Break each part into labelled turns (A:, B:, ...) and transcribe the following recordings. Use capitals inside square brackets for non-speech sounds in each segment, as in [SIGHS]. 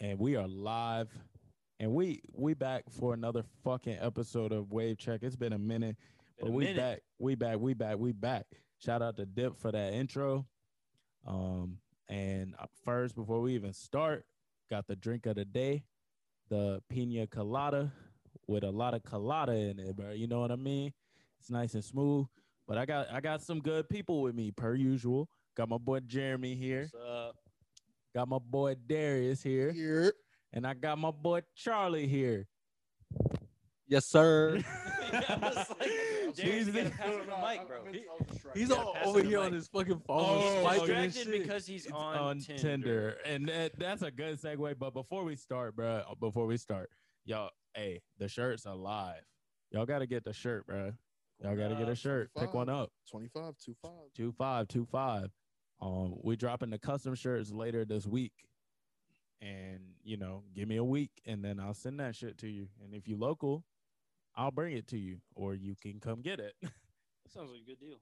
A: and we are live and we we back for another fucking episode of wave check it's been a minute
B: Been
A: but
B: a
A: we
B: minute.
A: back we back we back we back shout out to dip for that intro um and uh, first before we even start got the drink of the day the pina colada with a lot of colada in it bro you know what i mean it's nice and smooth but i got i got some good people with me per usual got my boy jeremy here
B: What's up? [LAUGHS]
A: got my boy darius here
C: Here.
A: and I got my boy Charlie here.
D: Yes, sir.
B: Yeah, [LAUGHS] I
C: [LAUGHS]
B: was
A: [LAUGHS]
B: like, Darius, you gotta pass him the mic, bro. He-
D: [LAUGHS] He's
B: gotta
D: all
B: pass
D: over
B: him the
D: here on
B: mic.
D: his fucking phone,
A: Oh,
B: he's
D: swiping and
B: distracted
D: shit.
B: because he's
A: It's
B: on, Tinder.
A: and that, that's a good segue. But before we start, bro, before we start, y'all, hey, the shirt's alive. Y'all gotta get the shirt, bro. Y'all gotta get a
B: Uh,
A: shirt. Pick
C: 25.
A: one up.
C: 25, 25.
A: Two five, two five. Um, we dropping the custom shirts later this week. And you know, give me a week and then I'll send that shit to you. And if you local, I'll bring it to you, or you can come get it. [LAUGHS]
B: Sounds like a good deal.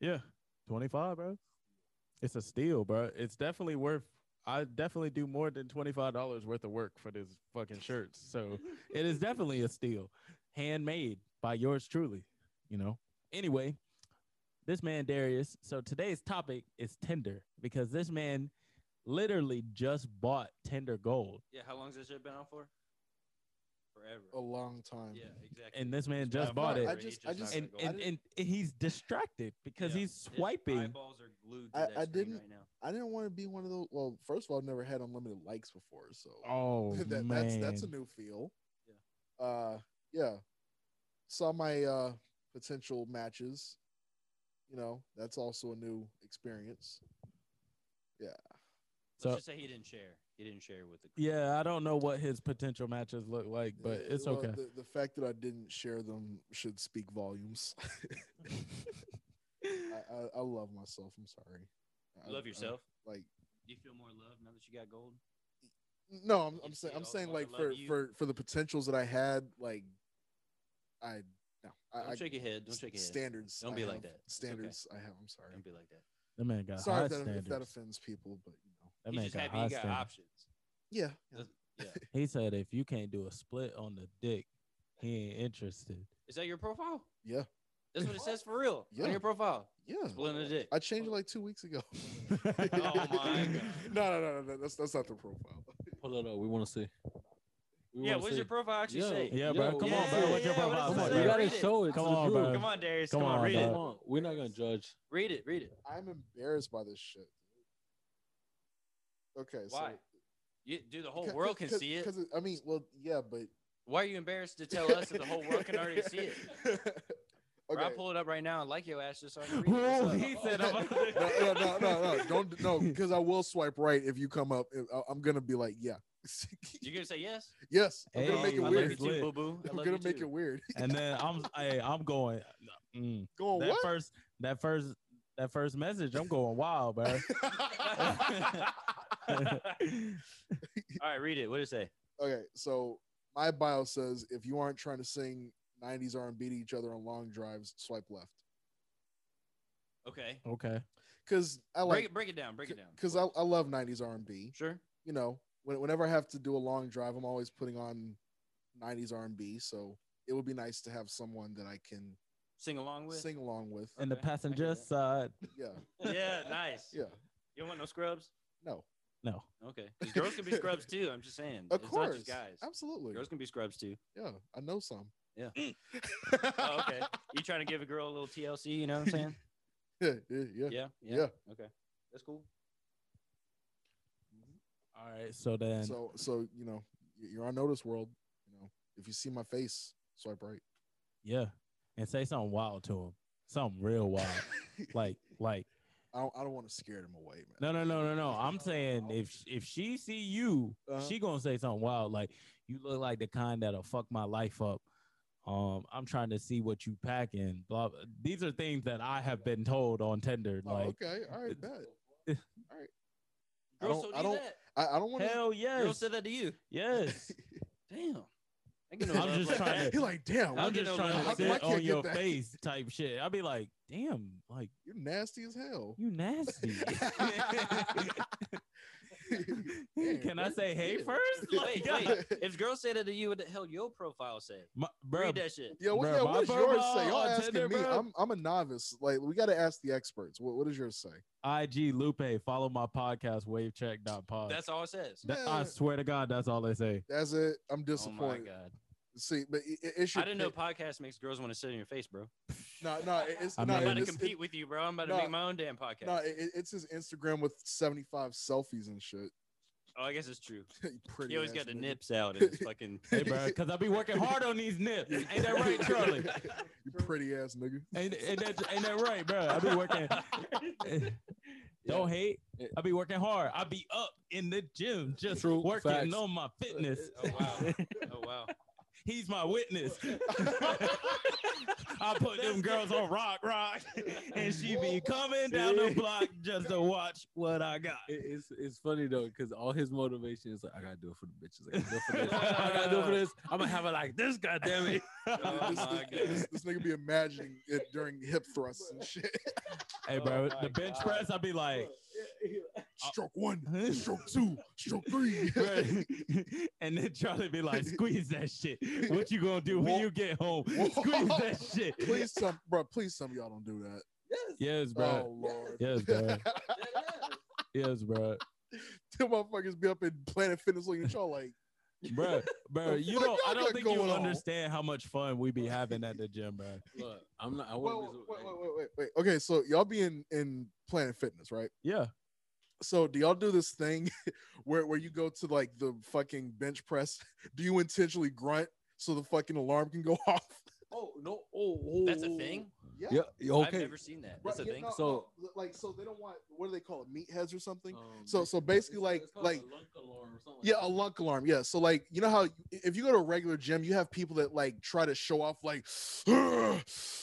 A: Yeah, 25, bro. It's a steal, bro. It's definitely worth I definitely do more than $25 worth of work for this fucking shirts. So [LAUGHS] it is definitely a steal. Handmade by yours truly, you know. Anyway, this man Darius. So today's topic is Tinder because this man literally just bought Tinder Gold.
B: Yeah, how long's this shit been on for? Forever.
C: A long time.
B: yeah, exactly.
A: And this man
B: It's
A: just
B: not-
A: bought
C: I
A: it.
B: He's
C: just-
B: not
C: I just-
B: gonna
A: and,
B: go
A: and,
B: back.
A: and he's distracted because
B: Yeah.
A: he's
B: His
A: swiping.
B: eyeballs are glued to
C: I-
B: that
C: I
B: screen
C: didn't-
B: right now.
C: I didn't want to be one of those. Well, first of all, I've never had unlimited likes before. So
A: Oh,
C: [LAUGHS] that, that's
A: man.
C: that's a new feel. Yeah. Uh yeah. Saw my uh potential matches. You know, that's also a new experience.
A: So-
B: Let's just say he didn't share. He didn't share with the group.
A: Yeah, I don't know what his potential matches look like, but
C: Uh,
A: it's
C: well,
A: okay.
C: The, the fact that I didn't share them should speak volumes. [LAUGHS] I, I, I love myself. I'm sorry. I-
B: You love
C: I-
B: yourself.
C: like
B: Do you feel more love now that you got gold?
C: No, I'm, I'm
B: If
C: saying
B: they
C: I'm
B: all
C: saying
B: wanna
C: like
B: love
C: for
B: you-
C: for for the potentials that I had, like I no, I,
B: Don't
C: I
B: shake your head. Don't shake your head.
C: standards.
B: Don't
C: I
B: be like
C: have,
B: that. It's okay.
C: Standards I have. I'm
B: Don't
C: sorry.
B: be like that.
A: That man got
C: Sorry
A: high
C: if that, if
A: standards.
C: that offends people, but you know,
A: That
B: He's
A: man
B: just
A: got
B: happy
A: high
B: he got
A: standards.
B: options.
C: yeah, yeah.
B: Does- Yeah.
A: He said, "If you can't do a split on the dick, he ain't interested."
B: Is that your profile?
C: Yeah.
B: That's what it says for real. On
C: Yeah.
B: your profile.
C: yeah.
B: Split the dick.
C: I changed it like two
B: [LAUGHS]
C: weeks ago.
A: [LAUGHS] oh
C: [LAUGHS]
B: my God.
C: No, no, no, no, no. That's that's not the profile.
D: Hold on, no, we want to see. We
B: Yeah,
D: wanna
B: what's
D: see.
B: your profile actually
D: Yo.
B: say?
A: Yeah, bro.
D: Yo,
A: Come on,
D: yeah,
A: bro.
D: yeah,
A: What's your
B: yeah,
A: profile?
B: what does
D: Come
A: say,
D: on,
B: it
A: bro?
D: you gotta
B: Read it.
D: show it.
A: Come
D: to the
A: on,
D: group.
A: bro.
B: Come on, Darius. Come,
A: Come
B: on,
A: on,
B: read
D: Come
A: dog.
B: it.
D: on, we're not gonna judge.
B: Read it. Read it.
C: I'm embarrassed by this shit. Okay, so
B: Why? You, dude, the whole world can see it.
C: Because I mean, well, yeah, but
B: Why are you embarrassed to tell us that the whole world can
C: [LAUGHS]
B: already see it?
C: okay.
B: Bro, I pull it up right now and like your ass just so I can read
A: Whoa,
B: it.
A: he
B: What's up?
A: said,
C: no,
A: I'm-
C: no, no, no, no, don't no, because I will swipe right if you come up. I- I'm gonna be like, yeah, [LAUGHS]
B: You're gonna say yes?
C: yes. I'm
A: Hey,
C: gonna make
B: I
C: it
B: love
C: weird.
B: you too,
A: Lit.
B: boo boo. I
C: I'm
B: love
C: gonna
B: you
C: make
B: too.
C: it weird. [LAUGHS]
A: And then I'm, hey, I'm going. mm,
C: Going
A: that
C: Oh, what?
A: first, that first, that first message, I'm going wild,
C: [LAUGHS]
A: bro.
B: [LAUGHS]
A: [LAUGHS]
B: All right, read it. What did it say?
C: okay, so my bio says if you aren't trying to sing 90s R&B to each other on long drives, swipe left.
B: Okay.
A: okay.
C: Cause I
B: break
C: like,
B: it. Break it down. Break it down.
C: cause I, I love 90s R&B.
B: sure.
C: You know, when, whenever I have to do a long drive, I'm always putting on 90s R&B. So it would be nice to have someone that I can
B: Sing along with.
C: sing
B: [LAUGHS]
C: along with.
A: And the
B: Okay, I get
A: passenger
B: that.
A: side,
C: Yeah, [LAUGHS]
B: Yeah, nice.
C: yeah,
B: You don't want no scrubs?
C: no.
A: no.
C: [LAUGHS]
B: Okay. 'Cause Girls can be scrubs too. I'm just saying.
C: Of
B: it's Not
C: course,
B: just guys.
C: absolutely.
B: Girls can be scrubs
C: [LAUGHS]
B: too.
C: Yeah, I know some. [LAUGHS]
B: Yeah. Oh,
C: oh,
B: okay. You trying to give a girl a little TLC? You know what I'm saying?
C: yeah, yeah, yeah.
B: Yeah.
C: Yeah.
B: Okay. That's cool.
A: All right. So then,
C: So, so you know, y- you're on notice, world. You know, if you see my face, swipe right.
A: yeah, and say something wild to him, something real
C: [LAUGHS]
A: wild, like, like.
C: I don't, I don't want to scare them away,
A: No,
C: man.
A: no, no, no, no. I'm saying if sh- if she see you,
C: Uh-huh.
A: she gonna say something wild like, "You look like the kind that'll fuck my life up." Um, I'm trying to see what you packing. Blah. blah. These are things that I have been told on Tinder.
C: Oh,
A: Like,
C: okay, all right, bet. I
B: Girls
C: don't-
B: told
C: I
B: you
C: don't-
B: that.
C: I, I don't want [LAUGHS] to.
A: hell yes,
B: Girls said that to you.
C: [LAUGHS]
A: yes.
B: Damn. I get
A: I'm
B: love
A: just
B: like
A: trying
B: that.
A: to-
C: You're like, damn,
A: I'm
B: I'll get
A: just
B: over
A: trying
B: that.
A: to
B: How come I
A: sit
C: can't
A: on
C: get
A: your
C: that?
A: face type shit. I'd be like, damn, like
B: [LAUGHS]
C: you're nasty as hell.
A: you nasty. Can I say hey
C: [LAUGHS] Yeah.
A: first?
B: [LAUGHS] Wait,
A: Like,
B: wait. If girls say that to you, what the hell your profile say?
A: my, bro,
B: Read that shit.
C: [LAUGHS] Yo, what,
A: Bruh,
C: yo,
A: my
C: what does yours
A: profile
C: say? Y'all
A: on
C: asking
A: Tinder,
C: me.
A: bruh.
C: I'm, I'm a novice. Like, we got to ask the experts. What, what does yours say?
A: IG Lupe, follow my podcast, wavecheck.pod.
B: That's all it says.
A: That- I
C: Yeah.
A: swear to God, that's all they say.
C: That's it.
B: Oh
C: I'm
B: my
C: disappointed.
B: god!
C: See, but it, it- it's your
B: I didn't know podcast makes girls want to sit in your face, bro.
C: No, no, it- it's
A: I'm
C: no,
B: I'm
A: not
B: about to
C: it's-
B: compete with you, bro. I'm about to
C: nah,
B: make my own damn
C: it-
B: podcast.
C: no, it, it- it's his Instagram with 75 selfies and shit. [LAUGHS]
B: oh, I guess it's true.
C: You Pretty
B: He always
C: ass
B: got the
C: [LAUGHS] nigga.
B: nips out and it's fucking.
A: Hey, bro, because I be working hard on these
D: [LAUGHS]
A: nips. Ain't that right, Charlie?
C: You pretty ass nigga.
A: Ain't, ain't, that, ain't that right, bro? I be working. [LAUGHS] Don't hate. I be working hard. I be up in the gym, just
D: True
A: working
D: facts.
A: on my fitness.
B: Oh wow! [LAUGHS] Oh wow!
A: [LAUGHS] He's my
D: [LAUGHS]
A: witness. I put them girls on rock, rock, [LAUGHS] and she be coming down the block just to watch what I got.
D: It- it's it's funny though because all his motivation is like I gotta do it for the bitches. I gotta do it for this. I gotta do it for this. I'm gonna have
A: [LAUGHS]
D: it like this. God damn [LAUGHS] it!
B: Oh
C: this,
B: my
C: this-
B: god!
C: this- this nigga be imagining it during hip thrusts and shit. [LAUGHS]
A: Hey, bro,
B: Oh my
A: the bench
B: God.
A: press, I be like,
B: Uh,
C: Stroke
A: [LAUGHS]
C: one, stroke two, stroke three. [LAUGHS]
A: Right. [LAUGHS] and then Charlie be like, squeeze that shit. What you gonna do when
C: Whoa.
A: you get home?
C: Whoa.
A: Squeeze that shit.
C: please, some bro, please, some of y'all don't do that.
A: Yes, bro.
C: Oh lord.
A: Yes, bro. Yes, bro.
C: [LAUGHS] Them motherfuckers be up in Planet Fitness looking at y'all like,
A: Bro, bro,
C: The
A: you
C: fuck
A: don't.
C: y'all
A: I
C: got
A: don't think you
C: going on?
A: understand how much fun we be having at the gym, bro.
D: Look, I'm not. I
C: wait,
D: wouldn't.
C: wait,
D: be
C: wait,
D: so-
C: wait, wait, wait, wait. Okay, so y'all be in in Planet Fitness, right?
A: Yeah.
C: So do y'all do this thing [LAUGHS] where where you go to like the fucking bench press? [LAUGHS] Do you intentionally grunt so the fucking alarm can go [LAUGHS] off?
D: Oh no! Oh, oh,
B: That's a
D: oh.
B: thing?
C: Yeah.
D: Yeah. Okay.
B: I've never seen that.
C: Right,
B: That's a
C: yeah,
B: thing.
C: no,
D: So-
C: no, like so they don't want what do they call it meatheads or something?
D: Um,
C: So- so basically, like-
D: called a
C: like-
D: lunk alarm or something like
C: Yeah,
D: that.
C: a lunk alarm. Yeah. So like, you know how if you go to a regular gym, you have people that like try to show off like [SIGHS]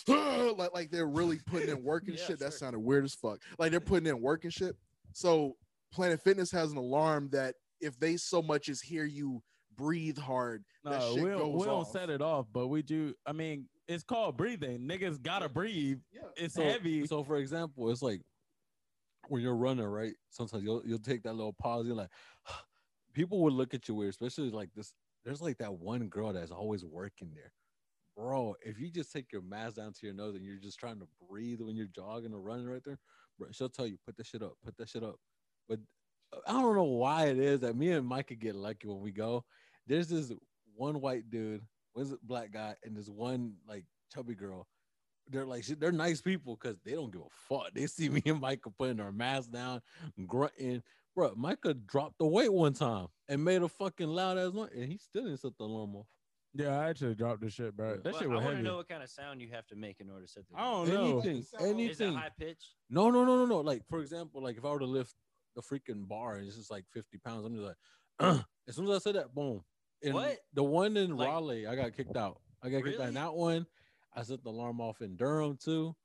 C: like, like they're really putting in work and
B: Yeah,
C: shit. That
B: sure.
C: sounded weird as fuck. Like they're putting in work and shit. So Planet Fitness has an alarm that if they so much as hear you breathe hard, that
A: No,
C: shit
A: we don't,
C: goes
A: we don't
C: off.
A: set it off, but we do. I mean, it's called breathing. Niggas gotta breathe.
C: Yeah.
A: It's
D: So-
A: heavy.
D: So for example, it's like when you're running, right? Sometimes you'll you'll take that little pause. You're like, [SIGHS] people would look at you weird, especially like this. There's like that one girl that's always working there, bro. If you just take your mask down to your nose and you're just trying to breathe when you're jogging or running right there, bro, she'll tell you put that shit up, put that shit up. But I don't know why it is that me and Mike could get lucky when we go. There's this one white dude, was a black guy, and this one like chubby girl they're like shit, they're nice people because they don't give a fuck. They see me and Micah putting our masks down, grunting. Bro, Micah dropped the weight one time and made a fucking loud ass noise, and he still didn't set the alarm off.
A: Yeah, I actually dropped the shit, bro.
D: Yeah.
A: That
B: Well,
A: shit
B: I
A: was
B: want to
A: heavy.
B: know what kind of sound you have to make in order to set the.
A: I don't know.
D: Anything,
B: Is it
D: anything.
B: high pitch?
D: No, no, no, no, no. Like for example, like if I were to lift the freaking bar and it's just like fifty pounds, I'm just like, [CLEARS THROAT] as soon as I said that, boom. And
B: What?
D: The one in
B: Like-
D: Raleigh, I got kicked out. I got kicked out.
B: Really?
D: in That one, I set the alarm off in Durham too,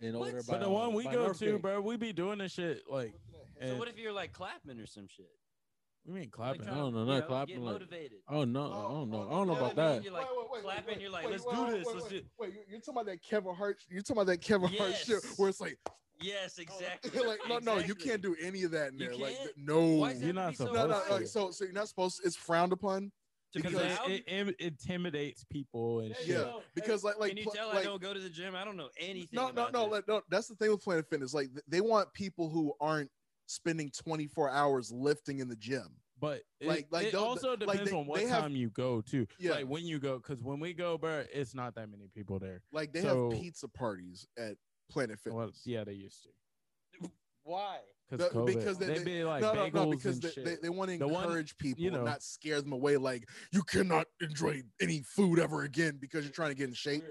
D: and over
B: What?
D: there by
A: But the
D: um,
A: one we
D: by
A: go
D: North
A: to,
D: Gate.
A: bro, we be doing this shit like.
B: So
A: and-
B: what if you're like clapping or some shit?
A: We mean
B: Like,
A: clapping.
B: trying
D: No,
B: to,
D: no,
B: you
D: not
B: know,
D: clapping,
B: Get
D: like-
B: motivated.
D: Oh
C: Uh,
D: no, I don't know. I don't know
B: no,
D: about
B: no,
D: that.
B: you're like clapping, you're like, let's do this, let's do-
C: Wait, you're- you're talking about that Kevin Hart? You're talking about that Kevin Hart shit
B: Yes.
C: where it's like,
B: Yes, exactly. [LAUGHS]
C: like no, no, you
B: Oh, exactly.
C: can't do any of that in
B: You
C: there. Like,
B: can't?
C: no,
B: Why is
A: You're
B: that
A: not
B: be so
A: supposed
C: no, no,
A: to.
B: loud?
C: no. So, so you're not supposed. it's frowned upon.
B: To be
A: because
B: loud?
A: it, it, it intimidates people and
C: Yeah,
A: shit.
C: yeah. because like like
B: Can you
C: pl-
B: tell I
C: like-
B: don't go to the gym? I don't know anything.
C: no no
B: about
C: no
B: this.
C: like, no that's the thing with planet fitness like th- they want people who aren't spending 24 hours lifting in the gym
A: But it,
C: Like- like
A: it
C: those-
A: also
C: like
A: depends
C: they-
A: on what
C: they have-
A: time you go too.
C: Yeah.
A: Like when you go, because when we go, bro, it's not that many people there.
C: like they
A: So-
C: have pizza parties at planet fitness
A: Well, yeah, they used to.
B: Why?
A: Cause
C: No,
A: COVID.
C: because they-
A: they,
C: they-
A: be like
C: no, no,
A: bagels
C: no, because
A: and
C: they,
A: shit.
C: they, they want to
A: The one-
C: encourage people,
A: you
C: and
A: know.
C: not scare them away. Like you cannot enjoy any food ever again because you're trying to get in shape.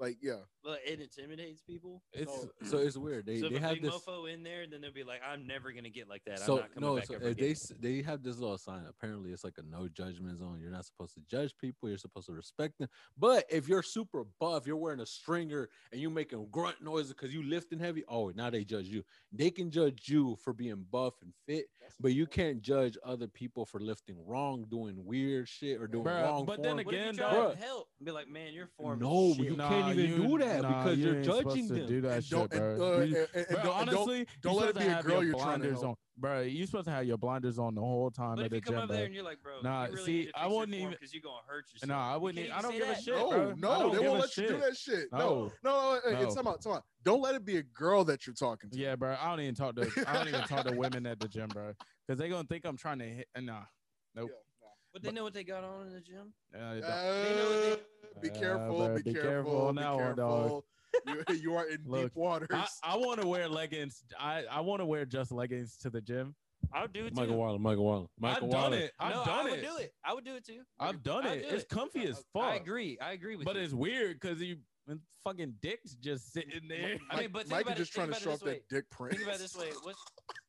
C: Like yeah,
B: Well, it intimidates people.
A: it's
D: so, so it's weird. They
B: so if
D: they
B: a
D: have
B: big
D: this.
B: mofo in there, then they'll be like, "I'm never gonna get like that. I'm
D: So
B: not coming
D: no,
B: back
D: so
B: ever
D: uh,
B: again."
D: they s- they have this little sign. Apparently, it's like a no judgment zone. You're not supposed to judge people. You're supposed to respect them. But if you're super buff, you're wearing a stringer and you making grunt noises because you lifting heavy. Oh, now they judge you. They can judge you for being buff and fit, but you can't judge other people for lifting wrong, doing weird shit, or doing
A: Bruh,
D: wrong.
A: but then
D: form.
A: again,
B: what if you try
D: dog-
B: to help? Be like, "Man, your form." is
D: no,
B: shit."
D: you
A: Nah,
D: can't can't even do that because you're judging them.
A: do that
C: And
A: shit,
C: don't, and,
A: bro.
C: uh,
A: You-
C: and- and- and
A: Bro,
C: don't- and don't-
A: honestly,
C: don't let it
A: supposed to
C: be a
A: have
C: girl
A: your
C: you're trying to
A: blinders
C: help.
A: on, bro. You're supposed to have your blinders on the whole time
B: But
A: at
B: if
A: the
B: you come
A: gym,
B: up there
A: bro.
B: and you're like, bro,
A: Nah,
B: you really
A: see,
B: need to fix
A: I wouldn't even-
B: because you're gonna hurt yourself.
A: No, I wouldn't. e,
B: You
A: I
B: can't
A: don't
B: even
A: give a
B: say
A: shit,
B: that.
C: no,
A: bro. I
C: no,
A: don't
C: they
A: give
C: won't
A: a
C: let you do
A: shit.
C: that shit. No,
A: No.
C: no, no,
A: No.
C: it's time out, time out. Don't let it be a girl that you're talking to.
A: Yeah, bro. I don't even talk to. I don't even talk to women at the gym, bro, because they gonna think I'm trying to hit. uh, Nah,
C: Yeah,
A: nope.
B: But they know what they got on in the gym.
A: Uh,
C: nah.
A: don't.
B: know
C: Uh,
A: they-
C: be
A: Uh,
C: careful,
A: bro,
C: be,
A: be careful
C: careful, be
A: now,
C: careful.
A: dog. [LAUGHS]
C: you, you are in
A: Look,
C: deep waters.
A: I, I want to wear leggings. I, I want to wear just leggings to the gym.
B: I'll do it
D: Michael
B: too.
D: Waller, Michael Waller, Michael
A: I've
D: Waller.
A: done it. I've
B: no,
A: done
B: I would
A: it.
B: do it. I would do it too.
A: I've done
B: I'd
A: it.
B: do
A: It's
B: it.
A: comfy as fuck.
B: I agree. I agree with
A: But
B: you.
A: it's weird because you fucking dicks just sitting there. [LAUGHS]
B: I mean, but think
C: Mike
B: about
C: is
B: it-
C: just trying
B: think
C: to
B: about
C: show
B: it
C: off
B: this way.
C: that dick print.
B: Think about it this
C: [LAUGHS]
B: way: what's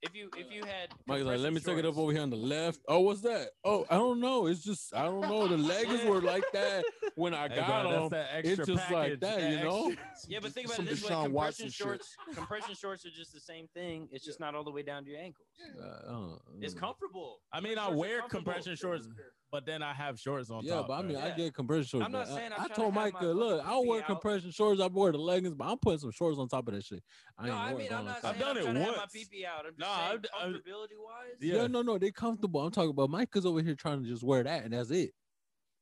B: if you if you had
D: Mike's like, let
B: compression
D: me take it up
B: shorts-
D: over here on the left. Oh, what's that? Oh, I don't know. It's just I don't know. The leggings were like that when I
A: Hey,
D: got
A: bro, that's
D: them.
A: that
D: It's
A: extra
D: just
A: package,
D: like that, you know.
A: extra-
B: Yeah, but think about
C: Some
B: it this way:
C: Deshaun
B: compression
C: Watson shit.
B: shorts, compression shorts are just the same thing. It's just not all the way down to your ankles.
D: Uh, I don't-
B: It's comfortable.
A: I mean, I
B: Compression shorts are
A: wear
B: comfortable.
A: compression shorts, [LAUGHS] but then I have shorts on
D: Yeah,
A: top.
D: but I
A: bro.
D: mean, I
B: Yeah.
D: get compression shorts.
B: I'm not
D: man.
B: saying I'm
D: I, I
B: trying to
D: told
B: have
D: Mike,
B: my
D: look,
B: fucking
D: I'll wear
B: pussy out.
D: compression shorts. I wear the leggings, but I'm putting some shorts on top of that shit. I
B: No,
D: ain't
B: I
D: wearing
B: mean,
D: going
B: I'm
D: on
B: not
D: top.
B: saying
A: I've done
B: I'm
A: it
B: trying to have my
A: once.
B: pee out. I'm just
A: Nah, I've d- I've-
B: saying comfortability wise.
A: Yeah.
D: Yeah. no, no, they comfortable. I'm talking about Mike is over here trying to just wear that, and that's it.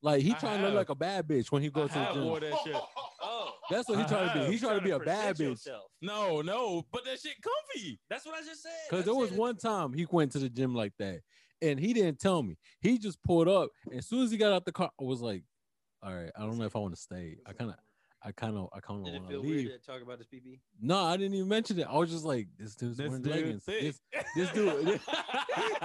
D: Like he
A: I
D: trying to look
A: have.
D: like a bad bitch when he
A: I
D: goes to the
A: have
D: gym.
A: wore that shit.
B: Oh.
D: That's what he
A: I
D: trying to
A: have.
D: be. He trying to be a bad
B: protect
D: bitch.
B: yourself.
A: No, no, but that shit comfy.
B: That's what I just said.
D: Cause
B: I'm
D: there was
B: saying-
D: one time he went to the gym like that, and he didn't tell me. He just pulled up, and as soon as he got out the car, I was like, "All right, I don't know if I want to stay. I kind of, I kind of, I kind of
B: Did it
D: want to
B: feel
D: leave."
B: weird to talk about his PP?
D: No, I didn't even mention it. I was just like, "This dude's
A: This
D: wearing
A: dude
D: leggings.
A: thick.
D: This, this
A: [LAUGHS]
D: dude."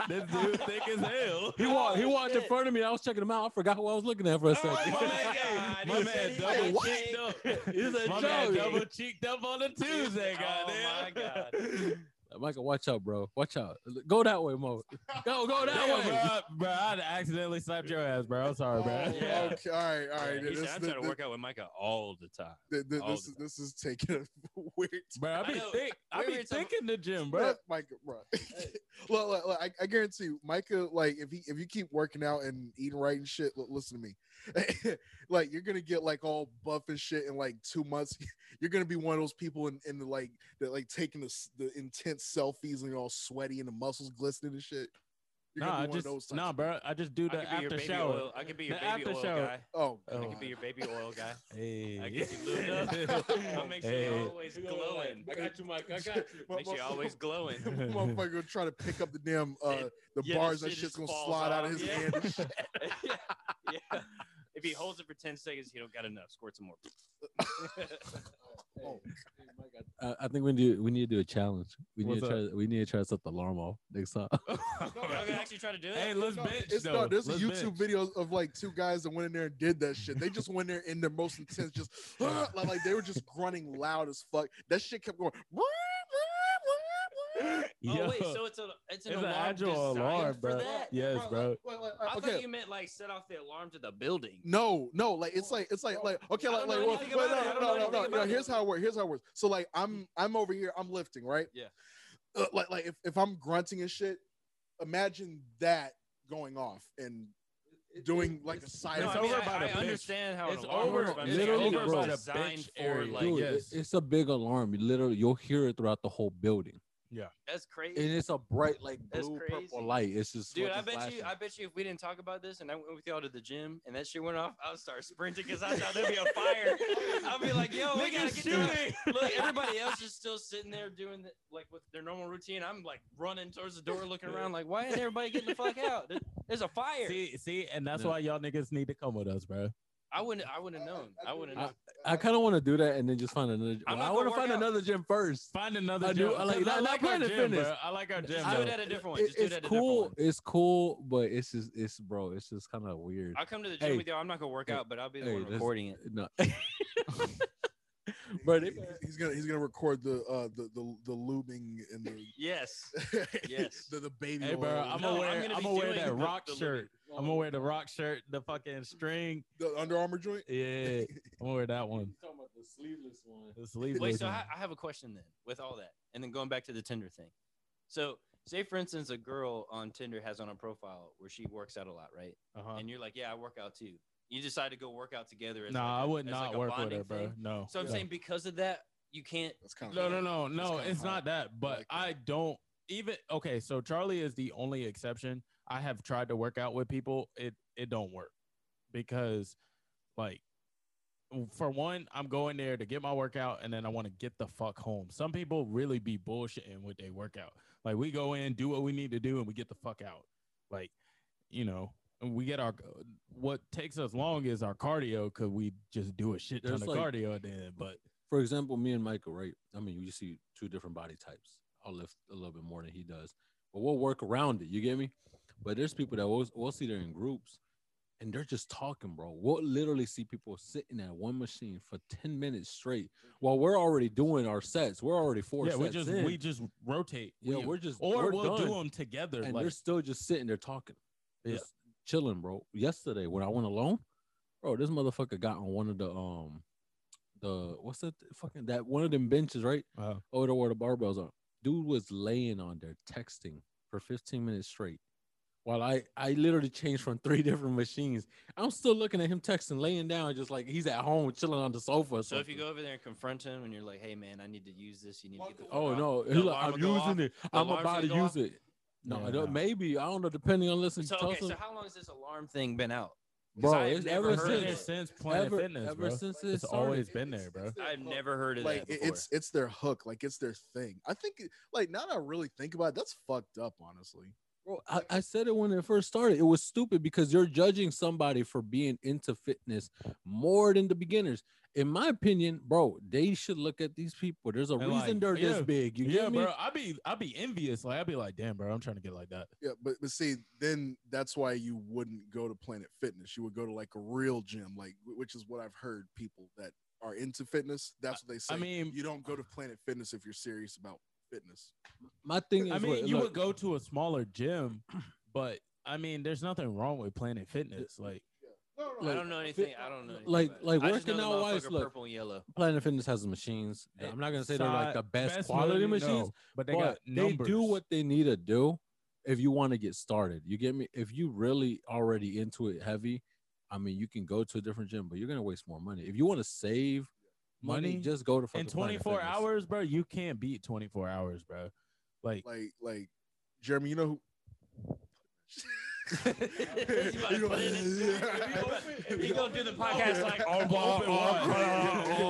A: This dude thick as
D: [LAUGHS]
A: hell.
D: He walked. He
B: Oh,
D: walked in
B: shit.
D: front of me. I was checking him out. I forgot who I was looking at for a
B: Oh,
D: [LAUGHS] second.
B: my God.
A: my
B: He
A: man
B: said he
A: double
B: was
A: cheeked up.
D: He's a
A: My man
B: [LAUGHS]
D: joke.
A: double cheeked up on the Tuesday,
B: Oh, my [LAUGHS] God.
A: goddamn.
D: Uh, Michael, watch out, bro. Watch out. Go that way, Mo. Go, go that
A: Damn,
D: way.
A: bro, bro, I accidentally slapped your ass,
D: [LAUGHS]
A: bro. I'm sorry, bro.
C: Oh,
B: Yeah.
C: Okay, all right, all right.
B: Yeah, he
C: This,
B: said, I'm
C: this,
B: trying to work out with Micah all the time.
C: this, this,
B: all
C: this,
B: the
C: is- this is taking a [LAUGHS] weird
A: Bro, I
B: I
A: be
B: know.
A: thick. I
B: Wait,
A: be
B: wait, so-
A: thick in the gym,
C: bro.
A: bro.
C: Mike, bro. [LAUGHS] look, look, look, I, I guarantee you, Micah. Like, if he if you keep working out and eating right and shit, look, listen to me. [LAUGHS] like, you're gonna get like all buff and shit in like two months. [LAUGHS] You're gonna be one of those people in, in the like that like taking the, s- the intense selfies and you're all sweaty and the muscles glistening and shit. You're
A: Nah, I
C: gonna be one of
A: just
C: those types
A: nah,
C: of people.
A: bro. I just do the
B: I could be your
A: after
B: baby
A: shower.
B: oil. I could be your
A: The
B: baby
A: after
B: oil
A: shower.
B: guy.
C: Oh,
B: I
A: Oh.
B: could be your [LAUGHS] baby oil guy.
A: Hey. [LAUGHS]
B: I get you lubed up. [LAUGHS] I'll make sure
A: Hey.
B: you're always glowing.
D: I got you, Mike.
A: [LAUGHS]
C: [LAUGHS]
D: I got you.
B: Make sure you're always [LAUGHS] glowing.
C: motherfucker gonna try to pick up the damn uh
B: And-
C: the
B: yeah, that
C: bars. That
B: shit just
C: shit's gonna
B: falls
C: slide out of
B: off.
C: his
B: Yeah.
C: hand.
B: [LAUGHS]
C: and shit.
B: yeah. yeah. If he holds it for 10 seconds, he don't got enough. Squirt some more.
A: [LAUGHS]
C: Oh.
D: I, I think we need we need to do a challenge. We need
A: What's
D: to try. We need to try to set the alarm off next time.
B: Y'all gonna actually try to do
A: [LAUGHS]
B: it?
A: Hey, let's bench
C: It's
A: though.
C: not. There's
A: Let's
C: a YouTube
A: bench.
C: video of like two guys that went in there and did that shit. They just went there in their most intense, [LAUGHS] just like, like they were just grunting loud as fuck. That shit kept going.
B: oh,
A: [LAUGHS] Yo.
B: wait. So it's, a, it's an
A: It's an
B: alarm
A: agile
B: designed
A: alarm,
B: for
A: bro.
B: that?
A: Yes, bro.
C: Wait, wait,
B: I
C: okay.
B: thought you meant like set off the alarm to the building.
C: No, no, like it's like it's like like okay,
B: I
C: like
B: don't
C: like
B: know
C: well,
B: anything
C: wait, no,
B: about it. I don't
C: no, no,
B: know
C: no, no,
B: anything
C: no.
B: about
C: Here's
B: it.
C: how it works. Here's how it works. So like I'm I'm over here, I'm lifting, right?
B: Yeah.
C: Uh, like like if, if I'm grunting and shit, imagine that going off and doing like a side.
A: it's
B: I, mean,
A: over
B: I-
A: by the
B: I
A: bench.
B: understand how
A: It's
B: an alarm
A: over-
B: works, but I'm
D: it's
B: saying
D: over
B: it's
D: by the
B: designed
A: bench
B: for,
A: area.
B: Like,
D: Dude, it-
A: yes.
D: it's a big alarm. You literally, you'll hear it throughout the whole building,
B: that's crazy.
D: and it's a bright like
B: That's
D: blue
B: crazy.
D: purple light. It's just
B: Dude, I
D: fucking
B: bet you,
D: flashing.
B: I bet you, if we didn't talk about this and I went with y'all to the gym and that shit went off, I would start sprinting because I thought there'd be a fire.
A: [LAUGHS]
B: I'd be like, "Yo, we gotta
A: Niggas
B: get shooting.
A: shooting.
B: Look, everybody else is still sitting there doing the, like with their normal routine. I'm like running towards the door, looking around, like, "Why isn't everybody getting the fuck out? There- There's a fire."
A: See, see, and that's
D: No.
A: why y'all niggas need to come with us, bro.
B: I wouldn't, I wouldn't have known. I wouldn't. have known.
D: I kind of want to do that and then just find another.
B: I'm not
D: Well, I
B: gonna
D: want to
B: work
D: find
B: out.
D: another gym first.
A: Find another
D: I do-
A: gym.
D: I like-
A: 'cause
D: not- not
A: our
D: playing to
A: gym, bro.
D: fitness.
A: I like our gym.
B: Just do it
A: though.
B: at a different one.
D: It-
B: Just do it at
D: it's
B: a different
D: cool.
B: one.
D: It's cool, but it's just it's bro. It's just kind of weird.
B: I'll come to the gym
D: Hey.
B: with y'all. I'm not gonna work
D: Hey.
B: out, but I'll be the
D: Hey,
B: one
D: that's-
B: recording it.
D: No,
C: But
D: But it-
C: he's gonna he's gonna record the uh the the, the lubing and the [LAUGHS]
B: Yes. Yes.
C: the, the baby.
A: Hey, bro,
C: oil.
A: I'm
B: No,
A: gonna wear.
B: I'm
A: I'm
B: gonna
A: gonna,
B: be
A: wear
B: doing
A: that
B: the-
A: rock
B: the
A: shirt. I'm gonna wear the rock shirt, the fucking string.
C: the Under Armour joint.
A: [LAUGHS] Yeah, I'm gonna wear that one.
D: talking about the sleeveless one.
A: The sleeveless
B: Wait, so
A: one.
B: I, I have a question then with all that, and then going back to the Tinder thing. So, say for instance, a girl on Tinder has on a profile where she works out a lot, right?
A: Uh-huh.
B: And you're like, yeah, I work out too. You decide to go work out together. As
A: No,
B: like
A: I
B: a-
A: would
B: as
A: not
B: like a
A: work with
B: bonding
A: her, bro.
B: thing.
A: No.
B: So I'm
A: Yeah.
B: saying because of that, you can't.
C: [LAUGHS] That's kind of
A: No, no, no, no.
C: kinda
A: It's
C: hard.
A: not that. But
C: like that.
A: I don't even. Okay, so Charlie is the only exception. I have tried to work out with people. It it don't work because, like, for one, I'm going there to get my workout, and then I want to get the fuck home. Some people really be bullshitting with their workout. Like, we go in, do what we need to do, and we get the fuck out. Like, you know. We get our what takes us long is our cardio because we just do a shit ton
D: There's
A: of
D: like-
A: cardio at the end. But
D: for example, me and Michael, right? I mean, you see two different body types. I'll lift a little bit more than he does, but we'll work around it. You get me? But there's people that we'll, we'll see there in groups and they're just talking, bro. We'll literally see people sitting at one machine for 10 minutes straight while we're already doing our sets. We're already four
A: yeah,
D: sets.
A: we just
D: in.
A: we just rotate.
D: yeah,
A: We-
D: we're just,
A: or
D: we're
A: we'll
D: done.
A: do them together.
D: and
A: like,
D: they're still just sitting there talking,
A: Yeah.
D: just chilling, bro. Yesterday when I went alone, bro, this motherfucker got on one of the um, the what's that fucking that one of them benches, right?
A: Wow.
D: Oh, there were the barbells on. Dude was laying on there texting for 15 minutes straight. While I I literally changed from three [LAUGHS] different machines, I'm still looking at him texting, laying down, just like he's at home chilling on the sofa. Or
B: So if you
D: something.
B: go over there and confront him, and you're like, "Hey, man, I need to use this. You need to get the fuck
D: oh
B: out."
D: no,
B: uh, The
D: he's like,
B: alarm
D: I'm
B: will go off.
D: using it. I'm
B: alarm's
D: about
B: gonna
D: to
B: go
D: use
B: off.
D: it. No,
A: Yeah,
D: I don't-
A: no.
D: maybe I don't know. Depending on listen,
B: So,
D: tell
B: okay, so
D: some-
B: how long has this alarm thing been out? 'Cause
D: bro,
B: I have
D: it's
B: never heard
D: ever
B: of
A: Been there
B: this.
D: since
A: since Planet
D: ever,
A: Fitness,
D: ever
A: bro.
D: since
C: Like,
D: it's
A: it's
D: started.
A: always been there, bro.
C: their
B: I've
C: hook.
B: never heard of
C: like
B: that
C: it-
B: before.
C: it's it's their hook. Like it's their thing. I think it- like now that I really think about it, that's fucked up, honestly.
D: Bro, I, I said it when it first started. It was stupid because you're judging somebody for being into fitness more than the beginners. In my opinion, bro, they should look at these people. There's a
A: And,
D: reason
A: like,
D: they're
A: yeah,
D: this big. You
A: yeah,
D: get me?
A: bro. I'd be I'd be envious. Like I'd be like, damn, bro, I'm trying to get like that.
C: Yeah, but but see, then that's why you wouldn't go to Planet Fitness. You would go to like a real gym, like wh- which is what I've heard people that are into fitness. That's what they say.
A: I mean,
C: you don't go to Planet Fitness if you're serious about fitness.
D: My thing is,
A: I mean,
D: what-
A: you
D: look,
A: would go to a smaller gym, but I mean, there's nothing wrong with Planet Fitness. Like,
C: No,
D: no,
B: I
D: like,
B: don't know anything. I don't know. anything
D: like-
B: about it.
D: like
B: I just know
D: working
B: the
D: out wise,
B: motherfucker
D: look.
B: purple and
D: [LAUGHS]
B: yellow. [LAUGHS]
D: Planet Fitness has the machines.
A: Hey,
D: I'm not gonna say they're like the best, quality
A: movie?
D: machines,
A: No, but they got
D: but they
A: numbers.
D: do what they need to do if you want to get started. You get me? If you really already into it heavy, I mean, you can go to a different gym, but you're gonna waste more money. If you want to save money,
A: Money?
D: just go to fucking
A: in
D: Planet
A: 24 [LAUGHS]
D: Fitness.
A: hours, bro. You can't beat 24 hours, bro. Like,
C: like like Jeremy, you know who?
B: He's about to put it in his- if he go- if he go do the podcast
D: [LAUGHS]
B: like, [LAUGHS]
A: oh, blah,
D: uh,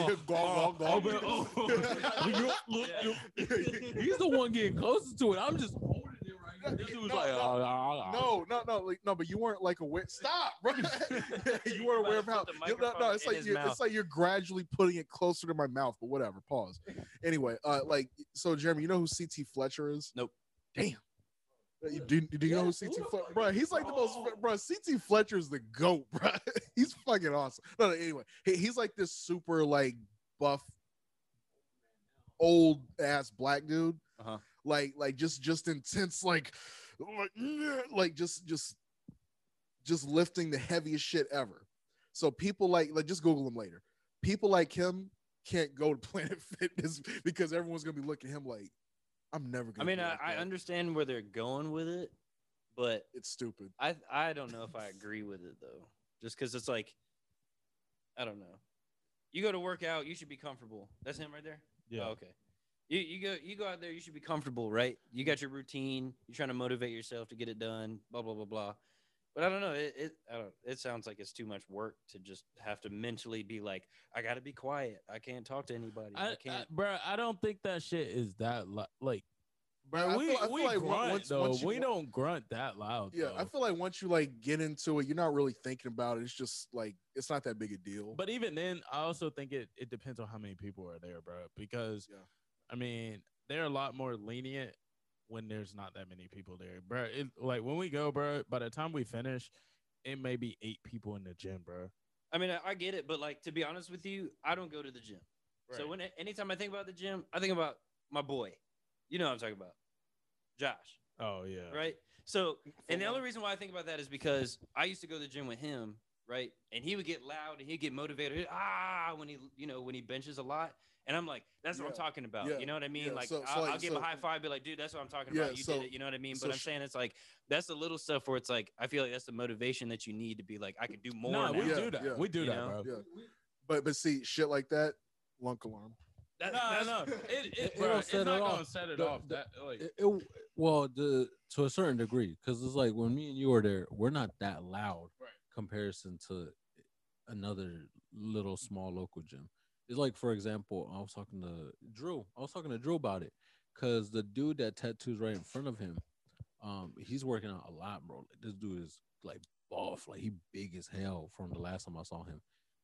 C: Open
A: blah,
C: wide.
A: blah, blah,
C: [LAUGHS] Go, go, go.
A: oh.
D: He's the one getting closer to it. I'm just holding it right now. This dude's
C: No,
D: like,
C: no,
A: "Oh,
D: "Ah, ah,
C: [LAUGHS]
D: ah."
C: No, no, no, like, no, but you weren't like aware. Stop, bro. [LAUGHS] you weren't aware of how.
B: Put the
C: you- no, no,
B: microphone
C: it's
B: in
C: like
B: his
C: you,
B: mouth.
C: it's like you're gradually putting it closer to my mouth. But whatever. Pause. Anyway, uh, like so, Jeremy, you know who CT Fletcher is?
B: Nope.
C: Damn. Uh, you- Do, do you know who
D: Yes, who
C: CT
D: the
C: Fletcher?
D: fuck
C: Bro,
D: is-
C: he's like the most.
D: Oh.
C: Bro, CT Fletcher's the goat, bro. [LAUGHS] he's fucking awesome. No, no. Anyway, he, he's like this super like buff, old ass black dude
B: Uh-huh.
C: like like just just intense like like, like just just just lifting the heaviest shit ever so people like like just google him later people like him can't go to [LAUGHS] planet fitness because everyone's gonna be looking at him like i'm never
B: I
C: gonna
B: mean,
C: be
B: I,
C: like
B: I
C: that.
B: understand where they're going with it, but
C: it's stupid
B: I I don't know if I agree with it though, just because it's like, I don't know. You go to work out, you should be comfortable. That's him right there.
A: yeah.
B: Oh, okay. You you go you go out there, you should be comfortable, right? You got your routine. You're trying to motivate yourself to get it done. Blah blah blah blah. But I don't know. It it I don't. It sounds like it's too much work to just have to mentally be like, I got to be quiet. I can't talk to anybody. I,
A: I, I,
B: can't.
A: bro, I don't think that shit is that li- like.
C: I
A: Bro, we,
C: feel- I feel
A: we
C: like on-
A: grunt
C: once-
A: though.
C: once you-
A: we don't grunt that loud.
C: yeah i
A: though.
C: feel like once you like get into it you're not really thinking about it it's just like it's not that big a deal
A: But even then, I also think it it depends on how many people are there, bro. Because
C: Yeah.
A: I mean, they're a lot more lenient when there's not that many people there, bro. It, like when we go, bro. By the time we finish, it may be eight people in the gym, bro.
B: I mean, I, I get it, but like to be honest with you, I don't go to the gym. So
A: Right.
B: when anytime I think about the gym, I think about my boy. You know what I'm talking about, Josh,
A: Oh yeah,
B: right? So
C: For
B: And the
C: one-
B: only reason why I think about that is because I used to go to the gym with him right? And he would get loud and he'd get motivated. He'd, Ah, when he you know when he benches a lot. And I'm like, that's what I'm
C: Yeah.
B: talking about.
C: Yeah.
B: You know what I mean?
C: Yeah.
B: Like,
C: So- so
B: I'll,
C: like-
B: I'll give
C: so-
B: a high five, be like, dude, that's what I'm talking
C: Yeah,
B: about. You
C: so-
B: did it. You know what I mean?
C: so
B: but I'm
C: sh-
B: saying it's like that's the little stuff where it's like I feel like that's the motivation that you need to be like I can do more.
A: Nah,
B: now.
A: we
C: Yeah,
A: do that.
C: yeah.
A: We do
B: You
A: that,
B: know?
A: bro.
C: Yeah. But but see, shit like that, lunk alarm.
B: That-
A: No,
B: that's-
A: no,
D: [LAUGHS]
A: it, it, bro,
D: don't
A: it's
D: set it
A: not
D: off.
A: gonna set it
D: The-
A: off.
D: the-
A: that, like,
D: It, it- well, the, to a certain degree, because it's like when me and you are there, we're not that loud
A: Right.
D: comparison to another little small local gym. It's like, for example, I was talking to Drew. I was talking to Drew about it because the dude that tattoos right in front of him, um, he's working out a lot, bro. Like, this dude is like buff, like he big as hell from the last time I saw him.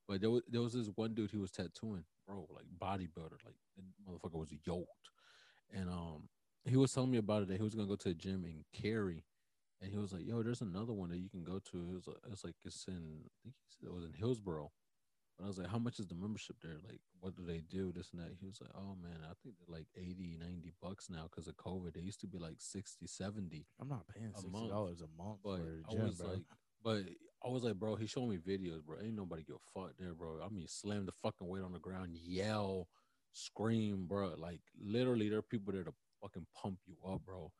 D: But there was there was this one dude he was tattooing, bro, like bodybuilder, like that motherfucker was yoked, and um, he was telling me about it that he was gonna go to the gym in Cary, and he was like, "Yo, there's another one that you can go to." It was like, it's like it's in, I think he said it was in Hillsboro. And I was like, "How much is the membership there? Like, what do they do? This and that." He was like, "Oh man, I think they're like 80, 90 bucks now because of COVID. They used to be like 60, 70.
A: I'm not paying
D: a
A: sixty
D: month,
A: dollars a month
D: But
A: for a
D: I
A: gym,
D: was
A: bro.
D: like, but I was like, bro, he showed me videos, bro. Ain't nobody give a fuck there, bro. I mean, slam the fucking weight on the ground, yell, scream, bro. Like literally, there are people there to fucking pump you up, bro.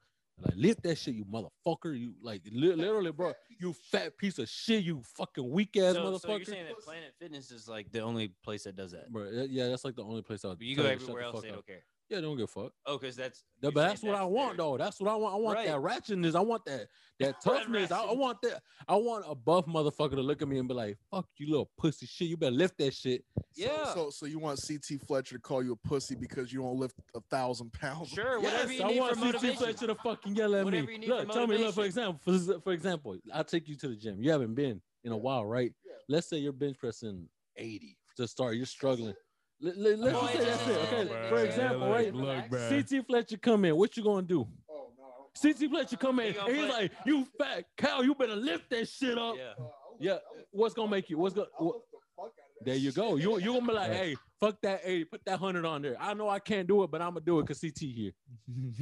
D: Like lift that shit, you motherfucker. You like li- literally, bro. You fat piece of shit. You fucking weak
B: So,
D: ass
B: so you're
D: motherfucker.
B: saying that Planet Fitness is like the only place that does that.
D: bro, that- yeah, that's like the only place I.
B: But you go everywhere else, they don't care.
D: Yeah, don't give a fuck.
B: Oh, because that's
D: That-
B: you're
D: but
B: saying
D: that's what I want,
B: their-
D: though. That's what I want. I want that ratchetness. I want
B: [LAUGHS]
D: that that toughness. I, I
B: ratchet.
D: want that. I want a buff motherfucker to look at me and be like, "Fuck you, little pussy shit. You better lift that shit."
B: Yeah.
C: So so you want CT Fletcher to call you a pussy because you don't lift a thousand pounds?
B: Sure, whatever
D: Yes,
B: you need
D: I want
B: for
D: CC
B: motivation.
D: Fletcher to fucking yell at
B: Whatever
D: me.
B: you need
D: look,
B: for
D: tell me, look, for
B: motivation.
D: example, for, for example, I'll take you to the gym. You haven't been in a while, right?
C: Yeah.
D: Let's say you're bench pressing 80 to start. You're struggling. Let, let, us
B: Boy,
D: just say that's it.
B: just-
D: Okay.
B: just-
D: for
B: just-
D: example,
A: look,
D: right?
A: Look, bro.
D: CT Fletcher come in. What you gonna do?
C: Oh no. I don't-
D: CT Fletcher come in.
B: He
D: And
B: gonna
D: he's
B: play-
D: like, "You fat cow. You better lift that shit up."
B: Yeah.
C: Uh, I'll lift-
D: Yeah,
C: I'll lift
D: what's
C: the
D: gonna
C: fuck-
D: make you- what's gonna-
C: I'll
D: what-
C: lift the fuck out of that
D: There you
C: shit. [LAUGHS]
D: go. You you gonna be like,
A: Right.
D: hey, fuck that eighty, put that hundred on there. I know I can't do it, but I'm gonna do it because CT here.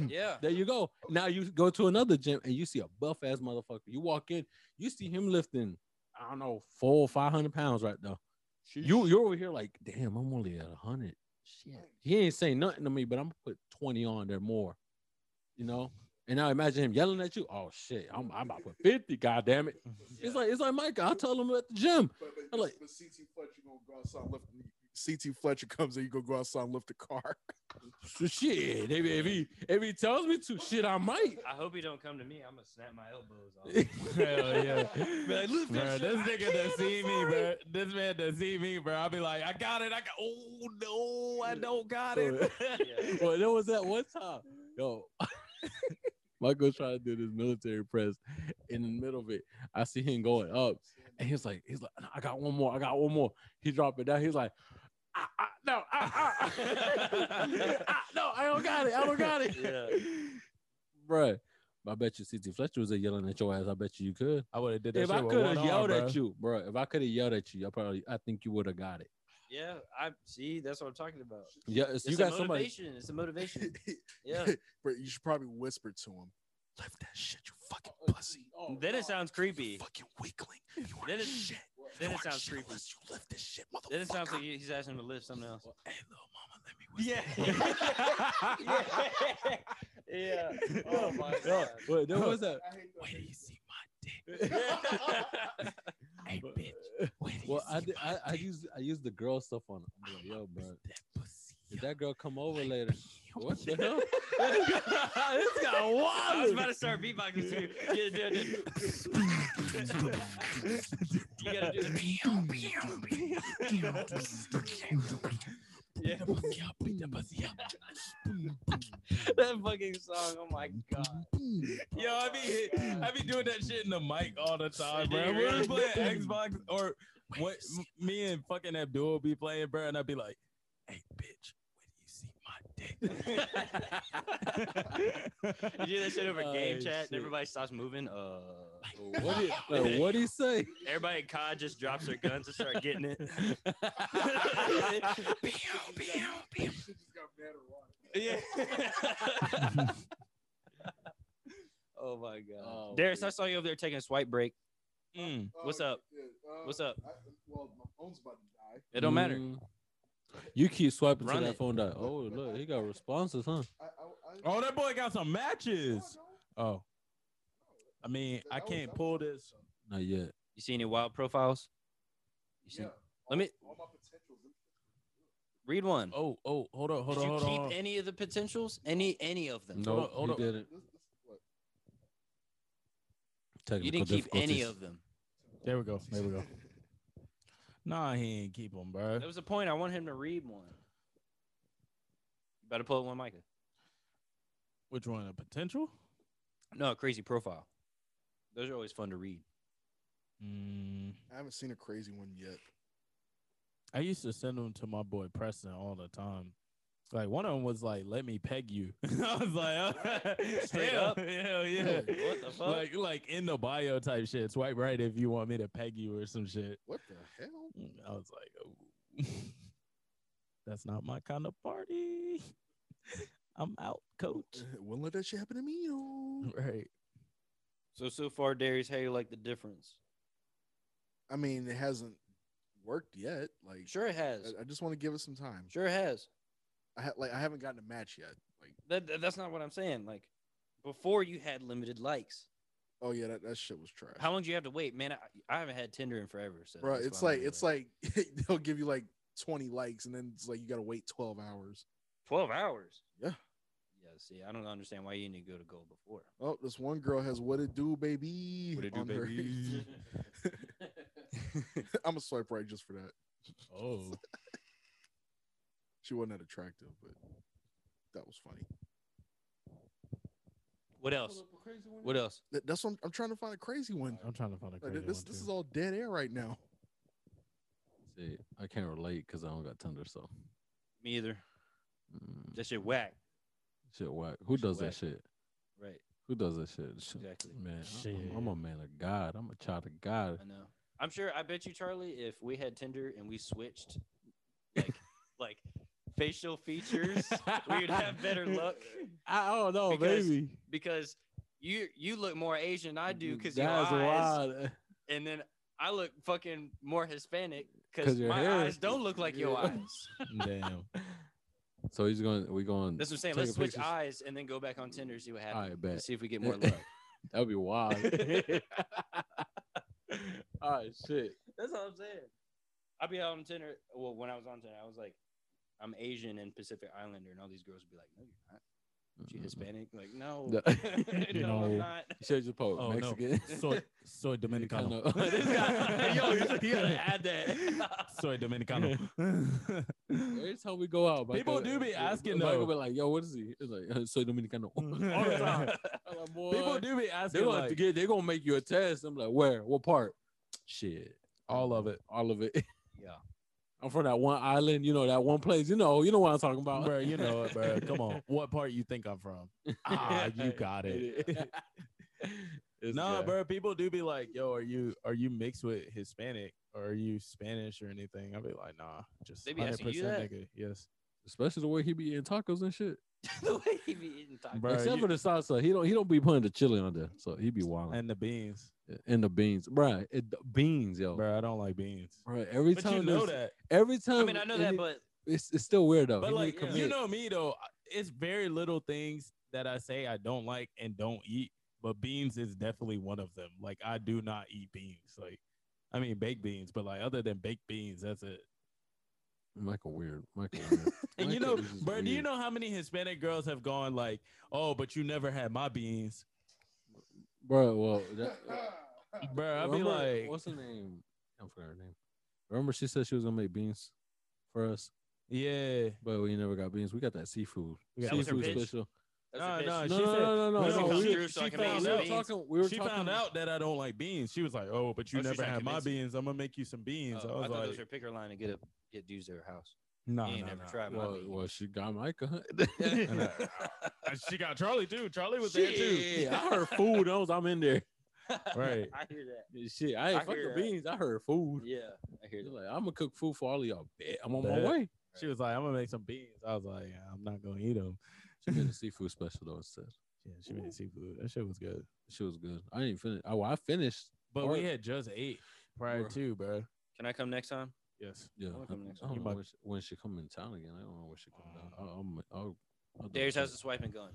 B: Yeah.
D: There you go. Now you go to another gym and you see a buff ass motherfucker. You walk in, you see him lifting, I don't know, four five hundred pounds right now. You you're over here like, damn, I'm only at hundred. Shit, he ain't saying nothing to me, but I'm gonna put twenty on there more. You know. And now imagine him yelling at you. Oh shit, I'm, I'm about to put fifty. God damn it! It's like it's like Mike. I tell him at the gym.
C: But, but,
D: I'm like-
C: but CT Fletcher gonna go outside and lift. CT Fletcher comes in, you gonna go outside and lift the car. [LAUGHS]
D: So shit, if, if he if he tells me to, shit, I [LAUGHS] might.
B: I hope he don't come to me. I'm gonna snap my elbows
D: [LAUGHS]
B: off.
A: Hell yeah.
B: [LAUGHS] Be like,
A: [LAUGHS]
B: "Look,
A: Bro,
B: that shit,
A: this
B: I
A: nigga
B: can't,
A: that
D: [LAUGHS]
B: I'm
A: see me,
B: sorry."
A: bro. This man that see me, bro. I'll be like, I got it. I got. Oh no, I don't got it.
B: [LAUGHS] Yeah.
D: Well, there was that one time, yo. [LAUGHS] Michael trying to do this military press. In the middle of it, I see him going up, and he's like, he's like, "No, I got one more, I got one more. He dropped it down. He's like, I, I, no, ah, I, [LAUGHS] I, I, Ah, no, I don't got it, I don't got it, [LAUGHS]
B: Yeah.
D: bruh. I bet you CT Fletcher was there yelling at your ass. I bet you you could.
A: I would have did that.
D: If I
A: shit with
D: could
A: one
D: have
A: arm,
D: yelled
A: bro. [LAUGHS]
D: at you, bruh, if I could have yelled at you, I probably, I think you would have got it.
B: Yeah. I see. That's what I'm talking about.
D: Yeah,
B: It's
D: it's- you
B: a
D: got somebody.
B: motivation. It's a motivation. Yeah. [LAUGHS]
C: but you should probably whisper to him. Lift that shit, you fucking pussy.
B: Then it sounds creepy.
C: fucking weakling. You are
B: Then it-
C: shit.
B: then
C: You
B: it
C: are
B: sounds
C: shit
B: creepy.
C: unless You lift this shit, motherfucker.
B: Then it sounds like he's asking him to lift something else.
C: Hey, little mama, let me
B: Yeah. yeah. Oh my
D: [LAUGHS] Yo,
B: god.
D: wait, there was that.
C: Wait till you see
D: Hey, bitch. Well,
A: [LAUGHS]
D: I, did, I, I used I used the girl stuff on. him. I'm like, yo, bro.
A: [LAUGHS]
D: Did that girl come over later? What the hell? this
B: [LAUGHS]
D: guy
B: I was about
D: wild.
B: to start beatboxing too. You gotta do it. You gotta do the yeah. that fucking song. Oh my god. [LAUGHS]
A: Yo, I be hit, I be doing that shit in the mic all the time, bro.
B: Nigga,
A: We're
B: really? [LAUGHS]
A: playing Xbox or what? Me and fucking Abdul be playing, bro, and I be like, "Hey, bitch, where do you see my dick?"
B: [LAUGHS] You do that shit over game
D: Oh,
B: chat,
D: shit.
B: and everybody stops moving. Uh,
D: What do you, like, what do you say?
B: everybody in COD just drops their guns and start getting [LAUGHS] it.
C: my dick. She just got mad or what?
B: [LAUGHS] yeah. oh my god,
D: Oh,
B: Darius, I Oh
D: man.
A: Oh,
B: saw you over there taking a swipe break. Mm,
C: [LAUGHS] Oh,
B: [LAUGHS] what's
C: okay,
B: up?
C: yeah, uh,
B: What's up?
C: I, well, my phone's about to die.
B: It don't matter.
D: Mm. You keep swiping
B: Run
D: to that
B: it.
D: phone. That oh look, he got responses, huh?
C: I, I, I,
A: Oh, that boy got some matches.
C: No, no,
A: Oh,
C: no.
A: I mean, I
C: That was-
A: can't
C: that
A: pull
C: was-
A: this.
D: Not yet.
B: You see any wild profiles? You see?
C: Yeah.
B: Let me-
C: All my potentials.
B: Read one.
A: Oh, oh, hold on, hold
B: Did
A: on,
B: you
A: hold
B: keep
A: on.
B: any of the potentials? Any any of them?
A: No.
D: No,
A: Hold on, hold
D: he
A: on.
D: didn't.
C: This- this- what?
D: Technical
B: You didn't keep any
D: difficulties.
B: of them.
A: There we go. There we
C: [LAUGHS]
A: go. Nah, he ain't keep them, bro.
B: That was the point. I want him to read one. You better pull up one, Micah.
A: Which one? A potential?
B: No, a crazy profile. Those are always fun to read.
A: Mm,
C: I haven't seen a crazy one yet.
A: I used to send them to my boy Preston all the time. Like one of them was like, "Let me peg you." [LAUGHS] I was like,
B: Straight
A: hell,
B: up?
A: hell yeah."
B: Like, what the fuck?
A: Like, like in the bio type shit. Swipe right if you want me to peg you or some shit.
C: What the [LAUGHS] hell?
A: I was like, oh, [LAUGHS] "That's not my kind of party." [LAUGHS] I'm out, coach.
C: Won't let that shit happen to me. yo.
A: [LAUGHS] Right.
B: So so far, Darius, how you like the difference?
C: I mean, it hasn't worked yet. Like,
B: Sure, it has.
C: I, I just want to give it some time.
B: Sure, it has.
C: I ha- like I haven't gotten a match yet. Like,
B: That, that- that's not what I'm saying. Like before, you had limited likes.
C: oh yeah, that, that shit was trash.
B: How long do you have to wait, man? I, I haven't had Tinder in forever. So
C: bro?
B: that's
C: It's
B: why I'm
C: like
B: not
C: it's
B: really-
C: like [LAUGHS] they'll give you like twenty likes, and then it's like you gotta wait twelve hours.
B: twelve hours.
C: Yeah.
B: Yeah. See, I don't understand why you need to go to gold before.
C: Oh, this one girl has what it do, baby.
A: What it do,
C: on her- [LAUGHS]
A: baby?
D: [LAUGHS]
B: [LAUGHS]
C: I'm gonna swipe right just for that.
A: Oh,
C: She wasn't that attractive, but that was funny.
B: what else? What else?
C: That, that's what I'm, I'm trying to find a crazy one.
A: I'm trying to find a
C: Like,
A: crazy
C: this
A: one
C: this
A: too.
C: is all dead air right
A: [LAUGHS]
C: now.
D: See, I can't relate because I don't got Tinder, so
B: Me either.
D: mm,
B: That shit whack.
D: shit whack. Who
B: Shit
D: does
B: whack.
D: that shit?
B: Right.
D: Who does that shit? Sh-
B: Exactly.
D: Man, I-
A: Shit.
D: I'm, I'm a man of God. I'm a child of God.
B: I know. I'm sure. I bet you, Charlie, if we had Tinder and we switched,
D: [LAUGHS]
B: like, like facial features, we'd have better luck
D: I don't know,
B: Because
D: baby.
B: because you you look more Asian than I do because your eyes,
D: That's wild.
B: and then I look fucking more Hispanic
D: 'Cause
B: because
D: your
B: my
D: hair.
B: eyes don't look like your
D: Yeah.
B: eyes.
A: [LAUGHS] Damn.
D: [LAUGHS] So he's going. We're going.
B: That's what I'm saying.
D: Take
B: Let's
D: a
B: switch
D: picture.
B: eyes and then go back on Tinder and see what happens.
D: Alright, bet.
B: And See if we get more love.
D: [LAUGHS] That'd be wild.
B: [LAUGHS]
D: oh shit.
B: That's all I'm saying. I'd be out on Tinder. Well, when I was on Tinder, I was like, I'm Asian and Pacific Islander, and all these girls would be like, No, you're not. She Hispanic? Like, no,
D: No.
B: [LAUGHS] no,
A: Mm-hmm. No. [LAUGHS]
B: I'm not.
D: Should just post
A: Oh, no.
D: Mexican.
A: Soy, [LAUGHS] soy Dominicano.
D: Dominicano.
B: This
A: [LAUGHS]
B: guy- [LAUGHS] yo, you you gotta add that. [LAUGHS]
A: soy Dominicano.
D: Every time we go out,
A: People
D: Michael-
A: do be asking,
D: Michael
A: though.
D: be like, "Yo, what is he?" It's like, uh,
A: [LAUGHS]
D: "Soy [LAUGHS] Dominicano."
B: all the time.
D: I'm like,
A: People
D: "Boy,
A: do be
D: They
A: asking
D: gonna
A: like, [LAUGHS]
D: get. They gonna make you a test. I'm like, where? What part? Shit,
A: all of it.
D: all of it. [LAUGHS]
B: Yeah.
D: I'm from that one island. You know that one place. You know. You know what I'm talking about.
A: Bro, you
D: [LAUGHS]
A: know it, bro. Come on. What part you think I'm [LAUGHS] from? Ah, you got [LAUGHS] it.
D: [LAUGHS] It's
A: nah,
D: good.
A: bro. People do be like, yo, are you are you mixed with Hispanic or are you Spanish or anything? I'll be like, nah, just
B: They be asking
A: 100%
B: you that?
A: nigga. Yes.
D: Especially the way he be eating tacos and shit.
B: the way he be eating tacos.
A: Bruh,
D: Except
A: you-
D: for the salsa, he don't. He don't be putting the chili on there, so he be wild.
A: And the beans.
D: And, the beans, bro. It, the beans, yo. Bro.
A: Bro, I don't like beans.
D: every
A: But
D: time
A: you know
D: there's-
A: that.
D: Every
B: I
D: time.
B: mean, I know
D: and
B: that,
D: it-
B: but
D: it's, it's still weird though.
A: But
D: He
A: like
D: didn't
A: you
D: commit.
A: know me though, it's very little things that I say I don't like and don't eat, but beans is definitely one of them. Like I do not eat beans. Like I mean baked beans, but like other than baked beans, that's it.
D: Michael weird. Michael weird.
A: And you
D: Michael
A: know,
D: is just
A: bro, do you
D: weird.
A: know how many Hispanic girls have gone like, "Oh, but you never had my beans."
D: bro? Well, that,
A: Bro, [LAUGHS] I'd be
D: remember-
A: like,
D: what's her name? I forgot her name. Remember, she said she was gonna make beans for us,
A: "Yeah."
D: but we never got beans. We got that seafood.
A: We got-
B: That was her
D: seafood
B: bitch?
D: special.
B: that's a
A: Nah,
B: bitch.
A: nah,
D: No,
A: she
D: no,
A: said-
D: no, no,
A: we
D: no,
A: don't
D: no.
A: come
D: We,
A: through
D: were-
B: so I
D: she
B: can
A: make you
D: found- we were
A: beans.
D: talking. We were
A: she
D: talking
A: found out that I don't like beans. She was like, "Oh, but you
B: Oh, she's
A: never
B: trying to
A: had my
B: convince you.
A: beans. I'm gonna make you some beans."
B: Oh,
A: I
B: I
A: was
B: thought
A: like,
B: those were picker line to get a, get dudes to her house.
A: "No,
B: You ain't
A: no,
B: never
A: no."
B: tried my
D: Well,
B: beans.
D: well, she got Micah.
B: [LAUGHS]
A: And I- I- she got Charlie too. Charlie was there too.
D: Shit, I heard food. I was, I'm in there.
A: Right.
B: I hear that.
D: Shit, I ain't
B: I
D: fuck
B: hear that.
D: the beans. I heard food.
B: Yeah, I hear
D: She's
B: that.
D: Like, I'm gonna cook food for all of y'all. Bet I'm on
A: Bet.
D: my way.
A: She was like, "I'm gonna make some beans." I was like, "I'm not gonna eat them."
D: She made a seafood special though instead.
A: Yeah, she made seafood. That shit was good.
D: She was good. I didn't finish. I, well, I finished
A: But
D: Or-
A: we had just ate prior
D: Bruh.
A: to, bro.
B: Can I come next time?
A: Yes.
D: Yeah,
B: I'll
D: I,
B: come next
D: I
A: week.
D: don't
A: You
D: know
A: might-
D: when she, when she come in town again. I don't know when she come down. I'll, I'll, I'll, I'll double
B: Darius,
D: check.
B: how's the swiping going?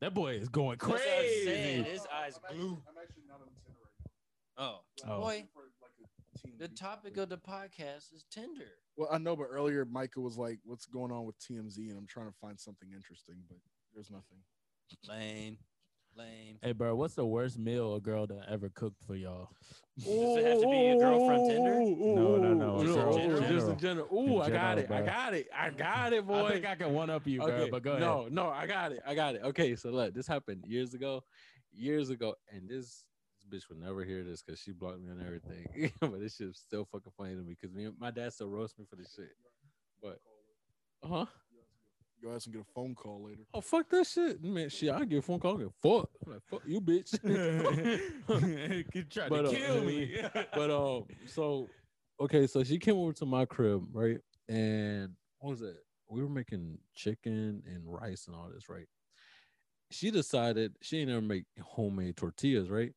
A: That boy is going
B: That's what I was saying.
A: crazy.
B: His eyes blue.
C: I'm actually not on Tinder right
B: Oh,
C: now.
A: Oh.
B: boy,
C: For, like, a teen
B: the
C: beach
B: topic
C: thing.
B: of the podcast is Tinder.
C: Well, I know, but earlier Micah was like, "What's going on with TMZ?" And I'm trying to find something interesting, but there's nothing.
B: Lame,
D: [LAUGHS]
B: lame.
A: Hey, bro, what's the worst meal a girl done ever cooked for y'all?
B: Does it have to be a girlfriend Tinder?
A: No, no, no,
D: Ooh,
B: just in
D: ooh,
B: general.
D: just in general. Ooh, I got
A: general,
D: it. I
A: bro.
D: got it. I got it, boy.
A: I think I can one up you, bro.
D: okay,
A: But go ahead.
D: No, no, I got it. I got it. Okay, so look, this happened years ago, years ago, and this, this bitch would never hear this because she blocked me on everything. [LAUGHS] but this shit's still fucking funny to me because me, my dad still roasts me for this shit. But uh-huh. huh?
C: Go ask and get a phone call later.
D: Oh fuck that shit, man. Shit, I get a phone call. I get fuck, I'm like, fuck you,
A: [LAUGHS]
D: bitch.
A: you trying
D: But, uh,
A: to kill me.
D: but um, so okay, so she came over to my crib, right? And what was it? We were making chicken and rice and all this, right? She decided she ain't ever make homemade tortillas, right?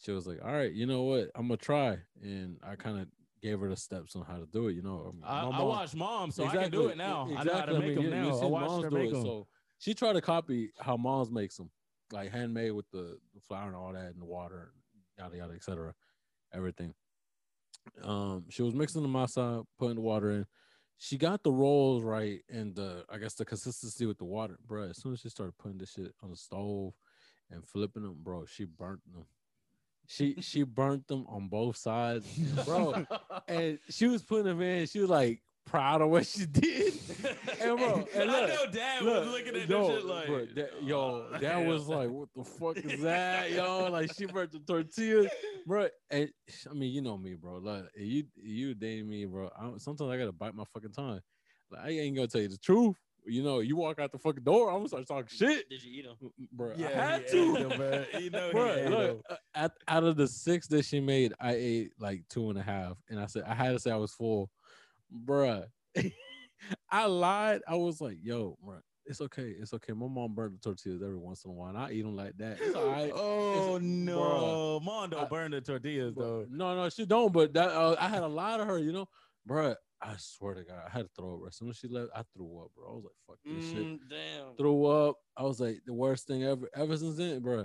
D: She was like, "All right, you know what? I'm gonna try." And I kind of gave her the steps on how to do it. You know, mean,
A: [LAUGHS] I,
D: my
A: I
D: mom-
A: watch mom, so I can do
D: Exactly,
A: it now.
D: e-
A: I know how to make
D: mean,
A: them
D: you- you
A: now. I
D: seen
A: watched
D: moms
A: her
D: do
A: make
D: it,
A: them.
D: So she tried to copy how moms makes them, like handmade with the, the flour and all that, and the water, yada yada, etc. Everything. Um, she was mixing the masa, putting the water in. She got the rolls right and the I guess the consistency with the water, bro. As soon as she started putting this shit on the stove and flipping them, bro, she burnt them. She she burnt them on both sides, and
B: [LAUGHS]
D: bro. and she was putting them in. She was like proud of what she [LAUGHS] did. and bro,
A: [LAUGHS]
D: and
A: I
D: look,
A: know dad was
D: look,
A: looking at
D: yo,
A: this shit like,
D: bro, that, yo,
A: "Oh,
D: that was
A: hell."
B: [LAUGHS]
D: like, what the fuck
A: [LAUGHS]
D: is that, yo? Like she burnt the tortillas, bro. And sh- I mean, you know me, bro. Like if you if you dating me, bro. I, don't- sometimes I gotta bite my fucking tongue. Like I ain't gonna tell you the truth. You know, you walk out the fucking door, I'm gonna start talking shit,
B: Did you eat them?
D: bro.
A: yeah,
D: I had
A: he
D: to.
A: ate [LAUGHS] them, bro. You know, he
D: Bro,
A: ate them.
D: look, uh, at, out of the six that she made, I ate like two and a half, and I said I had to say I was full, bruh. [LAUGHS] I lied. I was like, "Yo, bruh, it's okay, it's okay." My mom burned the tortillas every once in a while, and I eat them like that. It's all right.
A: [LAUGHS] Oh no, Mondo
D: I-
A: burned the tortillas
D: Bruh,
A: though.
D: No, no, she don't. But that uh, I had a lie to her, you know, bruh. I swear to God, I had to throw up. bruh. As soon as she left, I threw up, bro. I was like, "Fuck this shit."
B: Mm, damn.
D: threw up. I was like the worst thing ever. Ever since then, bro.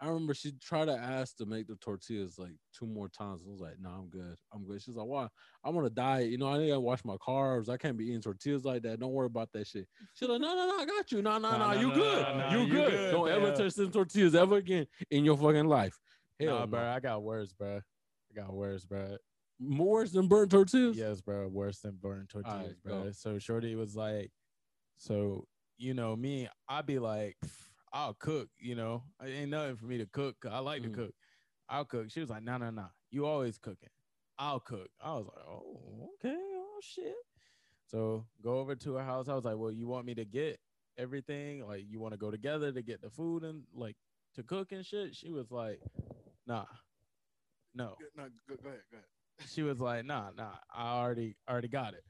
D: I remember she tried to ask to make the tortillas like two more times. I was like, "No, I'm good. I'm good." She's like, "Why? I'm on a diet. You know, I need to watch my carbs. I can't be eating tortillas like that. Don't worry about that shit." She's like, "No, no, no. I got you. No,
A: Nah,
D: no, no.
A: nah,
D: You
A: nah,
D: good.
A: nah, nah,
D: you,
A: you
D: good.
A: good,
D: Don't ever
A: yeah.
D: touch them tortillas ever again in your fucking life." Hell,
A: Nah,
D: no.
A: bro, I got worse, bro. I got worse, bro.
D: More than burnt tortillas.
A: Yes, bro. Worse than burning tortillas,
D: Alright,
A: bro.
D: go.
A: So Shorty was like, so you know me, I'd be like, "Pff, I'll cook. You know, it ain't nothing for me to cook. 'cause I like
D: Mhm.
A: to cook. I'll cook. She was like, no, no, no. You always cooking. I'll cook. I was like, oh, okay, oh shit. So go over to her house. I was like, well, you want me to get everything? Like, you want to go together to get the food and like to cook and shit? She was like, nah, no
C: Go- No, go, go ahead, go ahead.
A: she was like, nah, nah, I already already got it.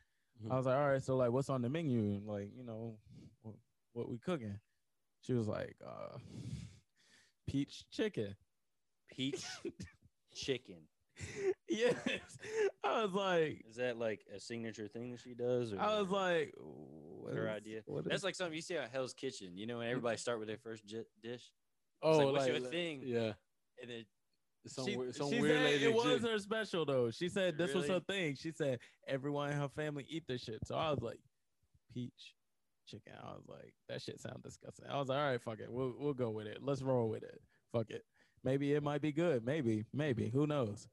D: Mhm.
A: I was like, all right, so like what's on the menu? And like, you know, what, what we cooking? She was like, uh peach chicken. [LAUGHS]
D: [LAUGHS]
B: Peach chicken.
A: yes. I was like,
B: Is that like a signature thing that she does? Or
A: I was like, what
B: Her
A: is-
B: idea.
A: What
B: that's
A: is-
B: like something you see on Hell's Kitchen. You know, when everybody start with their first j- dish,
D: Oh,
B: like, what's your thing?
D: Yeah.
B: and [LAUGHS] then
D: Some,
A: she,
D: weird- some
A: she
D: weird
A: said
D: lady.
A: it was
D: did-
A: her special though. She said this was
B: Really?
A: her thing. She said everyone in her family eat this shit. So I was like, peach chicken. I was like, that shit sound disgusting. I was like, all right, fuck it. We'll we'll go with it. Let's roll with it. Fuck it. Maybe it might be good. Maybe, maybe. Who knows?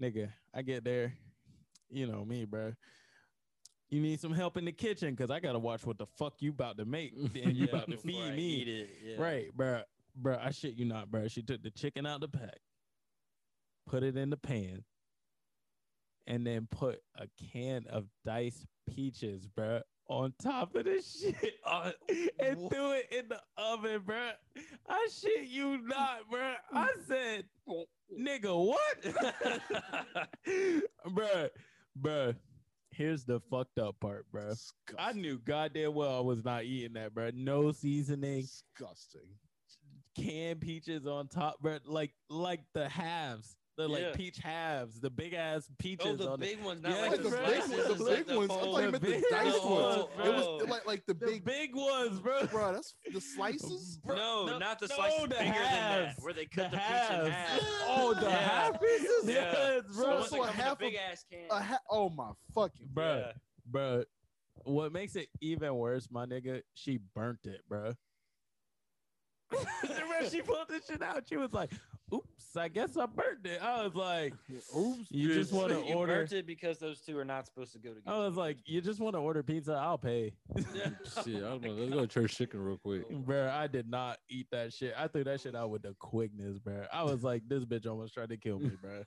A: Nigga, I get there. You know me, bro. You need some help in the kitchen because I gotta watch what the fuck you about to make and you
B: Yeah,
A: about to
B: before
A: feed
B: I
A: me.
B: eat it, yeah.
A: Right, bruh. Bruh, I shit you not, bruh. She took the chicken out the pack, put it in the pan, and then put a can of diced peaches, bruh, on top of the
B: [LAUGHS]
A: shit on, and
B: Uh, Wha-
A: threw it in the oven, bruh. I shit you not, bruh. I said, nigga, what? [LAUGHS] bruh, bruh. Here's the fucked up part, bruh. I
C: Disgusting.
A: knew goddamn well I was not eating that, bruh. No seasoning
C: Disgusting.
A: canned peaches on top, bro. Like like the halves the like
B: Yeah.
A: peach halves, the big ass peaches.
B: Oh, the
A: on
B: big ones, not
A: Yeah,
B: like
C: Like
B: the,
C: the
A: bro.
C: big
B: slices,
C: ones, the
B: it's
C: big
B: like the
C: ones. I
B: whole-
C: thought you meant the
A: big
C: dice ones.
B: ones,
C: It was
B: bro.
C: it like like the
A: the big,
C: big,
A: ones, bro.
C: bro. That's
A: [LAUGHS]
C: the slices.
A: Bro,
B: no,
A: no,
B: not the
A: no,
B: slices
A: the
B: bigger than that,
A: halves.
B: where they
A: The
B: cut the, peach in half.
A: halves. [LAUGHS] Oh, the
B: Yeah.
A: half pieces.
B: Yeah.
A: Yes,
B: The
A: bro.
B: ones
C: So
B: that come
C: a
B: in
C: half
B: the
C: of-
B: big ass can.
C: A ha- oh my fucking
A: Bro,
B: Yeah.
A: bro. What makes it even worse, my nigga? She burnt it, bro. [LAUGHS] the rest she pulled this shit out. She was like, "Oops, I guess I burnt it." I was like,
D: Oops,
A: "You just
D: bitch.
A: want to
B: you
A: order."
B: burnt it because those two are not supposed to go together.
A: I was like, "You just want to order pizza? I'll pay."
B: Oh, [LAUGHS]
D: Shit, I don't know. Let's go to church chicken real quick.
A: [LAUGHS] Bro, I did not eat that shit. I threw that shit out with the quickness, bro. I was like, this bitch almost tried to kill me, [LAUGHS] bro.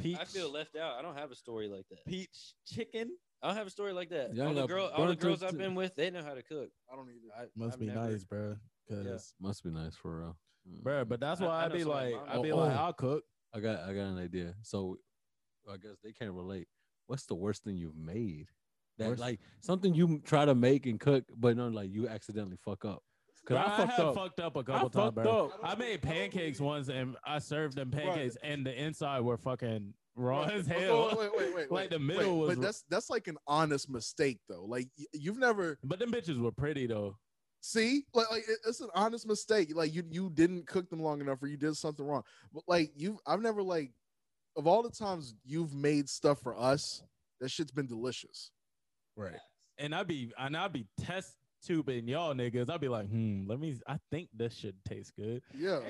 A: Peach,
B: I feel left out. I don't have a story like that.
A: peach chicken
B: I don't have a story like that.
D: Yeah,
B: all the
D: no,
B: girl, all the
D: burnt
B: girls
D: those
B: I've
D: two-
B: been with, they know how to cook.
C: I don't either.
B: I,
A: must
B: I've
A: be
B: never-
A: nice, bro. Cause,
D: Must be nice for real. Mm.
A: bro, but that's
B: I-
A: why I,
B: I know
A: be
B: somebody-
A: like, I be
D: Oh,
A: like,
D: oh.
A: I'll cook.
D: I got I got an idea. So I guess they can't relate. What's the worst thing you've made? That
A: Worst-
D: like something you try to make and cook, but no, like you accidentally fuck up. Cause
A: Bro,
D: I, fucked
A: have
D: up.
A: fucked up a
D: I
A: couple times,
D: fucked
A: bro.
D: up.
A: I made pancakes once, and I served them
C: Right.
A: pancakes, and the inside were fucking raw
C: Right.
A: as
C: Oh,
A: hell.
C: Wait, wait, wait, wait,
A: [LAUGHS] Like,
C: wait,
A: the middle was-
C: But that's that's like an honest mistake though. Like y- you've never
A: But them bitches were pretty though.
C: see like, like it- it's an honest mistake. Like you you didn't cook them long enough or you did something wrong. But like you've I've never like of all the times you've made stuff for us, that shit's been delicious.
A: [LAUGHS] Right. And I'd be and I'd be test tubing y'all niggas. I'd be like, hmm, let me. I think this should taste good.
C: Yeah.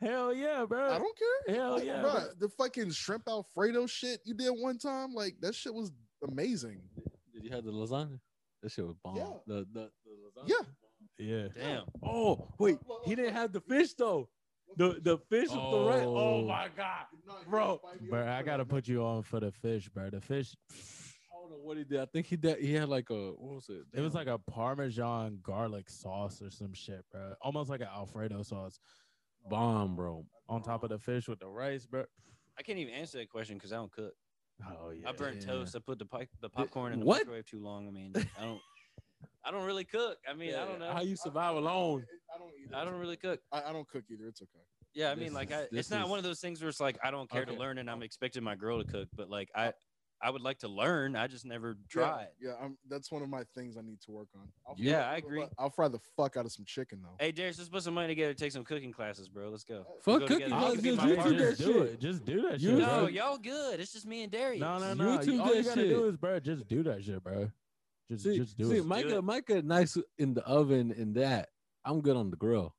A: Hell yeah, bro.
C: I don't care.
A: Hell yeah,
C: Bruh,
A: bro.
C: the fucking shrimp Alfredo shit you did one time, like that shit was amazing.
D: Did you have the lasagna? That shit was bomb.
C: Yeah.
D: The, the, the lasagna.
C: Yeah.
A: Yeah.
B: Damn.
D: Oh wait, he didn't have the fish though. The the fish with the red.
A: Oh.
D: Oh my god. Bro.
A: Bro, I gotta put you on for the fish, bro. The fish,
D: I don't know what he did. I think he did. He had like a what was it?
A: it was
D: Damn.
A: like a Parmesan garlic sauce or some shit, bro. Almost like an Alfredo sauce
D: bomb, bro.
A: on top of the fish with the rice, bro.
B: I can't even answer that question because I don't cook.
A: Oh yeah.
B: I burnt
D: Yeah.
B: toast. I put the pi- the popcorn in the
D: what?
B: microwave too long. I mean, I don't. I don't really cook. I mean, I don't know.
D: how you survive alone.
C: I don't either.
B: I don't really cook.
C: I, I don't cook either. It's okay.
B: Yeah, I
D: This
B: mean, like,
D: is-
B: I,
D: this
B: it's not one
D: is-
B: of those things where it's like I don't care
D: Okay.
B: to learn and I'm expecting my girl to cook, but like I, I would like to learn. I just never
C: Yeah,
B: tried.
C: Yeah, I'm, that's one of my things I need to work on. I'll fry-
B: Yeah, I agree.
C: I'll fry the fuck out of some chicken though. Uh,
B: Hey, Darius, let's put some money together. to Take some cooking classes, bro. Let's go.
D: Fuck
B: go
D: cooking.
B: together.
A: I'll
B: I'll
D: classes,
A: just,
B: be my
D: you
A: just
B: partner.
D: do
A: do
D: that shit.
A: it. Just do that
D: You
A: shit.
D: do
B: No,
A: bro.
D: that.
B: y'all good. It's just me and Darius.
A: No, no,
D: You
A: no.
D: too,
A: All you
D: that
A: gotta do
D: shit.
A: is, bro, just do that shit, bro. Just,
D: See,
A: just do
D: see
A: it.
D: Micah,
B: it.
D: Micah, nice in the oven and that. I'm good on the grill.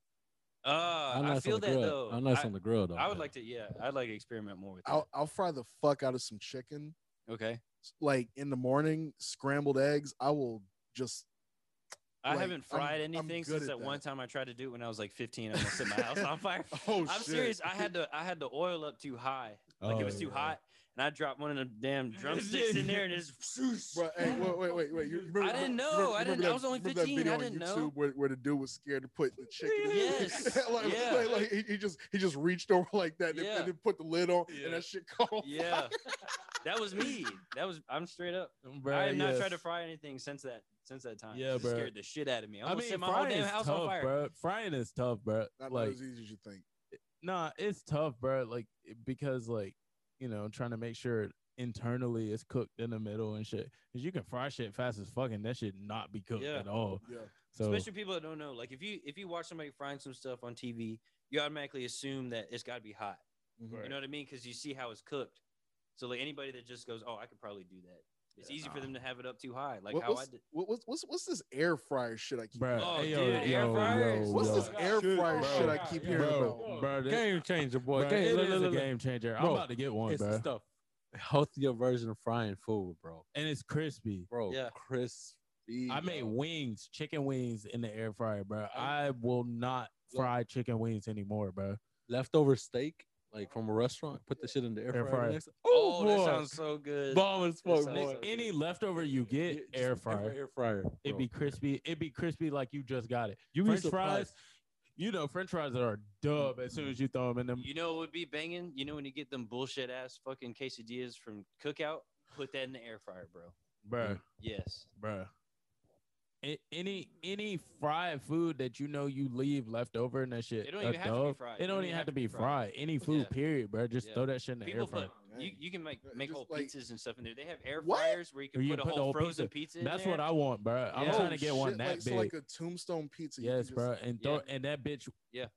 B: Uh,
D: I'm
B: I
D: nice
B: feel
D: on the
B: that
D: grill.
B: though.
D: I'm nice
B: I,
D: on the grill though.
B: I would like to. Yeah, I'd like to experiment more with that.
C: I'll, I'll fry the fuck out of some chicken.
B: okay.
C: s- Like in the morning, scrambled eggs. I will just.
B: I
C: Like, I'm-
B: haven't fried
C: I'm
B: anything
C: good
B: since
C: at
B: that one
C: that.
B: time I tried to do it when I was like 15. I almost set my house on fire.
C: Oh
B: [LAUGHS] I'm serious. I had to. I had the oil up too high. Like
A: Oh,
B: it was too
A: yeah.
B: hot, and I dropped one of the
A: [LAUGHS]
B: damn drumsticks in there, and it's. [LAUGHS]
C: Bro, hey, wait, wait, wait, wait. You remember,
B: I didn't
C: remember-
B: know. I didn't- I was only
C: remember that
B: 15.
C: video
B: I
C: on
B: didn't know.
C: YouTube Where, where the dude was scared to put the chicken. in?
B: Yes.
C: [LAUGHS] like,
B: Yeah.
C: like, like, he, he just he just reached over like that and, then-
B: Yeah.
C: and then put the lid on
B: Yeah.
C: and that shit caught. on [LAUGHS]
B: Yeah, that was me. That was. I'm straight up.
A: Bro,
B: I have not
A: yes.
B: tried to fry anything since that since that time.
A: Yeah,
B: It
A: bro.
B: Scared the shit out of me. I
A: I
B: almost
A: mean,
B: set my whole
A: frying
B: damn
A: is
B: house on
A: tough,
B: fire.
A: bro. Frying is tough, bro.
C: Not not
A: Like,
C: as easy as you think.
A: nah, it's tough, bro. Like, it- because, like, you know, trying to make sure internally it's cooked in the middle and shit. Cause you can fry shit fast as fucking. That should not be cooked
B: Yeah.
A: at all.
C: Yeah.
A: So,
B: Especially people that don't know. Like if you if you watch somebody frying some stuff on TV, you automatically assume that it's got to be hot. You know what I mean? Because you see how it's cooked. So like anybody that just goes, oh, I could probably do that. It's
A: Yeah,
B: easy
A: nah.
B: for them to have it up too high. Like
C: what,
B: how I
C: what's,
B: did.
C: what, what's, what's what's this air fryer shit I keep?
A: bro,
B: Oh,
A: hey,
B: dude, air fryers.
C: What's
A: yo.
C: this air
D: Shit,
C: fryer
A: bro.
C: shit I keep hearing
A: bro,
C: about?
A: bro, this-
D: game changer, boy.
A: bro,
D: game,
A: it
D: look,
A: is
D: look,
A: a
D: look.
A: game changer. I'm
D: Bro,
A: about to get one,
D: It's
A: bro.
D: the stuff. Healthier version of frying food, bro.
A: And it's crispy.
D: Bro,
B: Yeah.
D: crispy.
A: I made
D: bro.
A: wings, chicken wings in the air fryer, bro. I will not fry chicken wings anymore, bro.
D: leftover steak, like from a restaurant. Put the shit in the air
A: Air
D: fryer.
A: fryer.
D: Next.
B: Oh,
D: boy.
B: that sounds so good.
D: bomb as fuck,
B: sounds
D: boy.
B: so
A: Any leftover you
D: Yeah,
A: get,
D: just
A: air fryer.
D: Air fryer.
A: It'd
D: bro.
A: be crispy. It'd be crispy like you just got it.
D: You be
A: French
D: surprised.
A: fries, you know, French fries are dub as soon as you throw them in them.
B: You know what would be banging? You know when you get them bullshit ass fucking quesadillas from cookout, put that in the air fryer, bro.
A: Bruh,
B: Yes.
A: bruh. a- any any fried food that you know you leave left over and that shit.
B: It don't even
A: ducked
B: have to be
A: off,
B: fried.
A: It don't even have to be fried. Any food,
B: Yeah.
A: period, bro. Just
B: Yeah.
A: throw that shit in the air
B: People
A: fryer.
B: put you, you can make
C: Uh,
B: make
C: just
B: whole
C: like-
B: pizzas and stuff in there. They have air
C: What?
B: fryers where you can
A: You
B: put
A: can
B: a
A: put the
B: whole
A: whole
B: frozen pizza. in
A: That's
B: there.
A: what I want, bro. I'm
B: Yeah.
A: trying to get one
C: Oh, shit,
A: that
C: like,
A: big.
C: So like a tombstone pizza. you can
A: yes,
C: just-
A: bro. And throw and that bitch.
B: Yeah.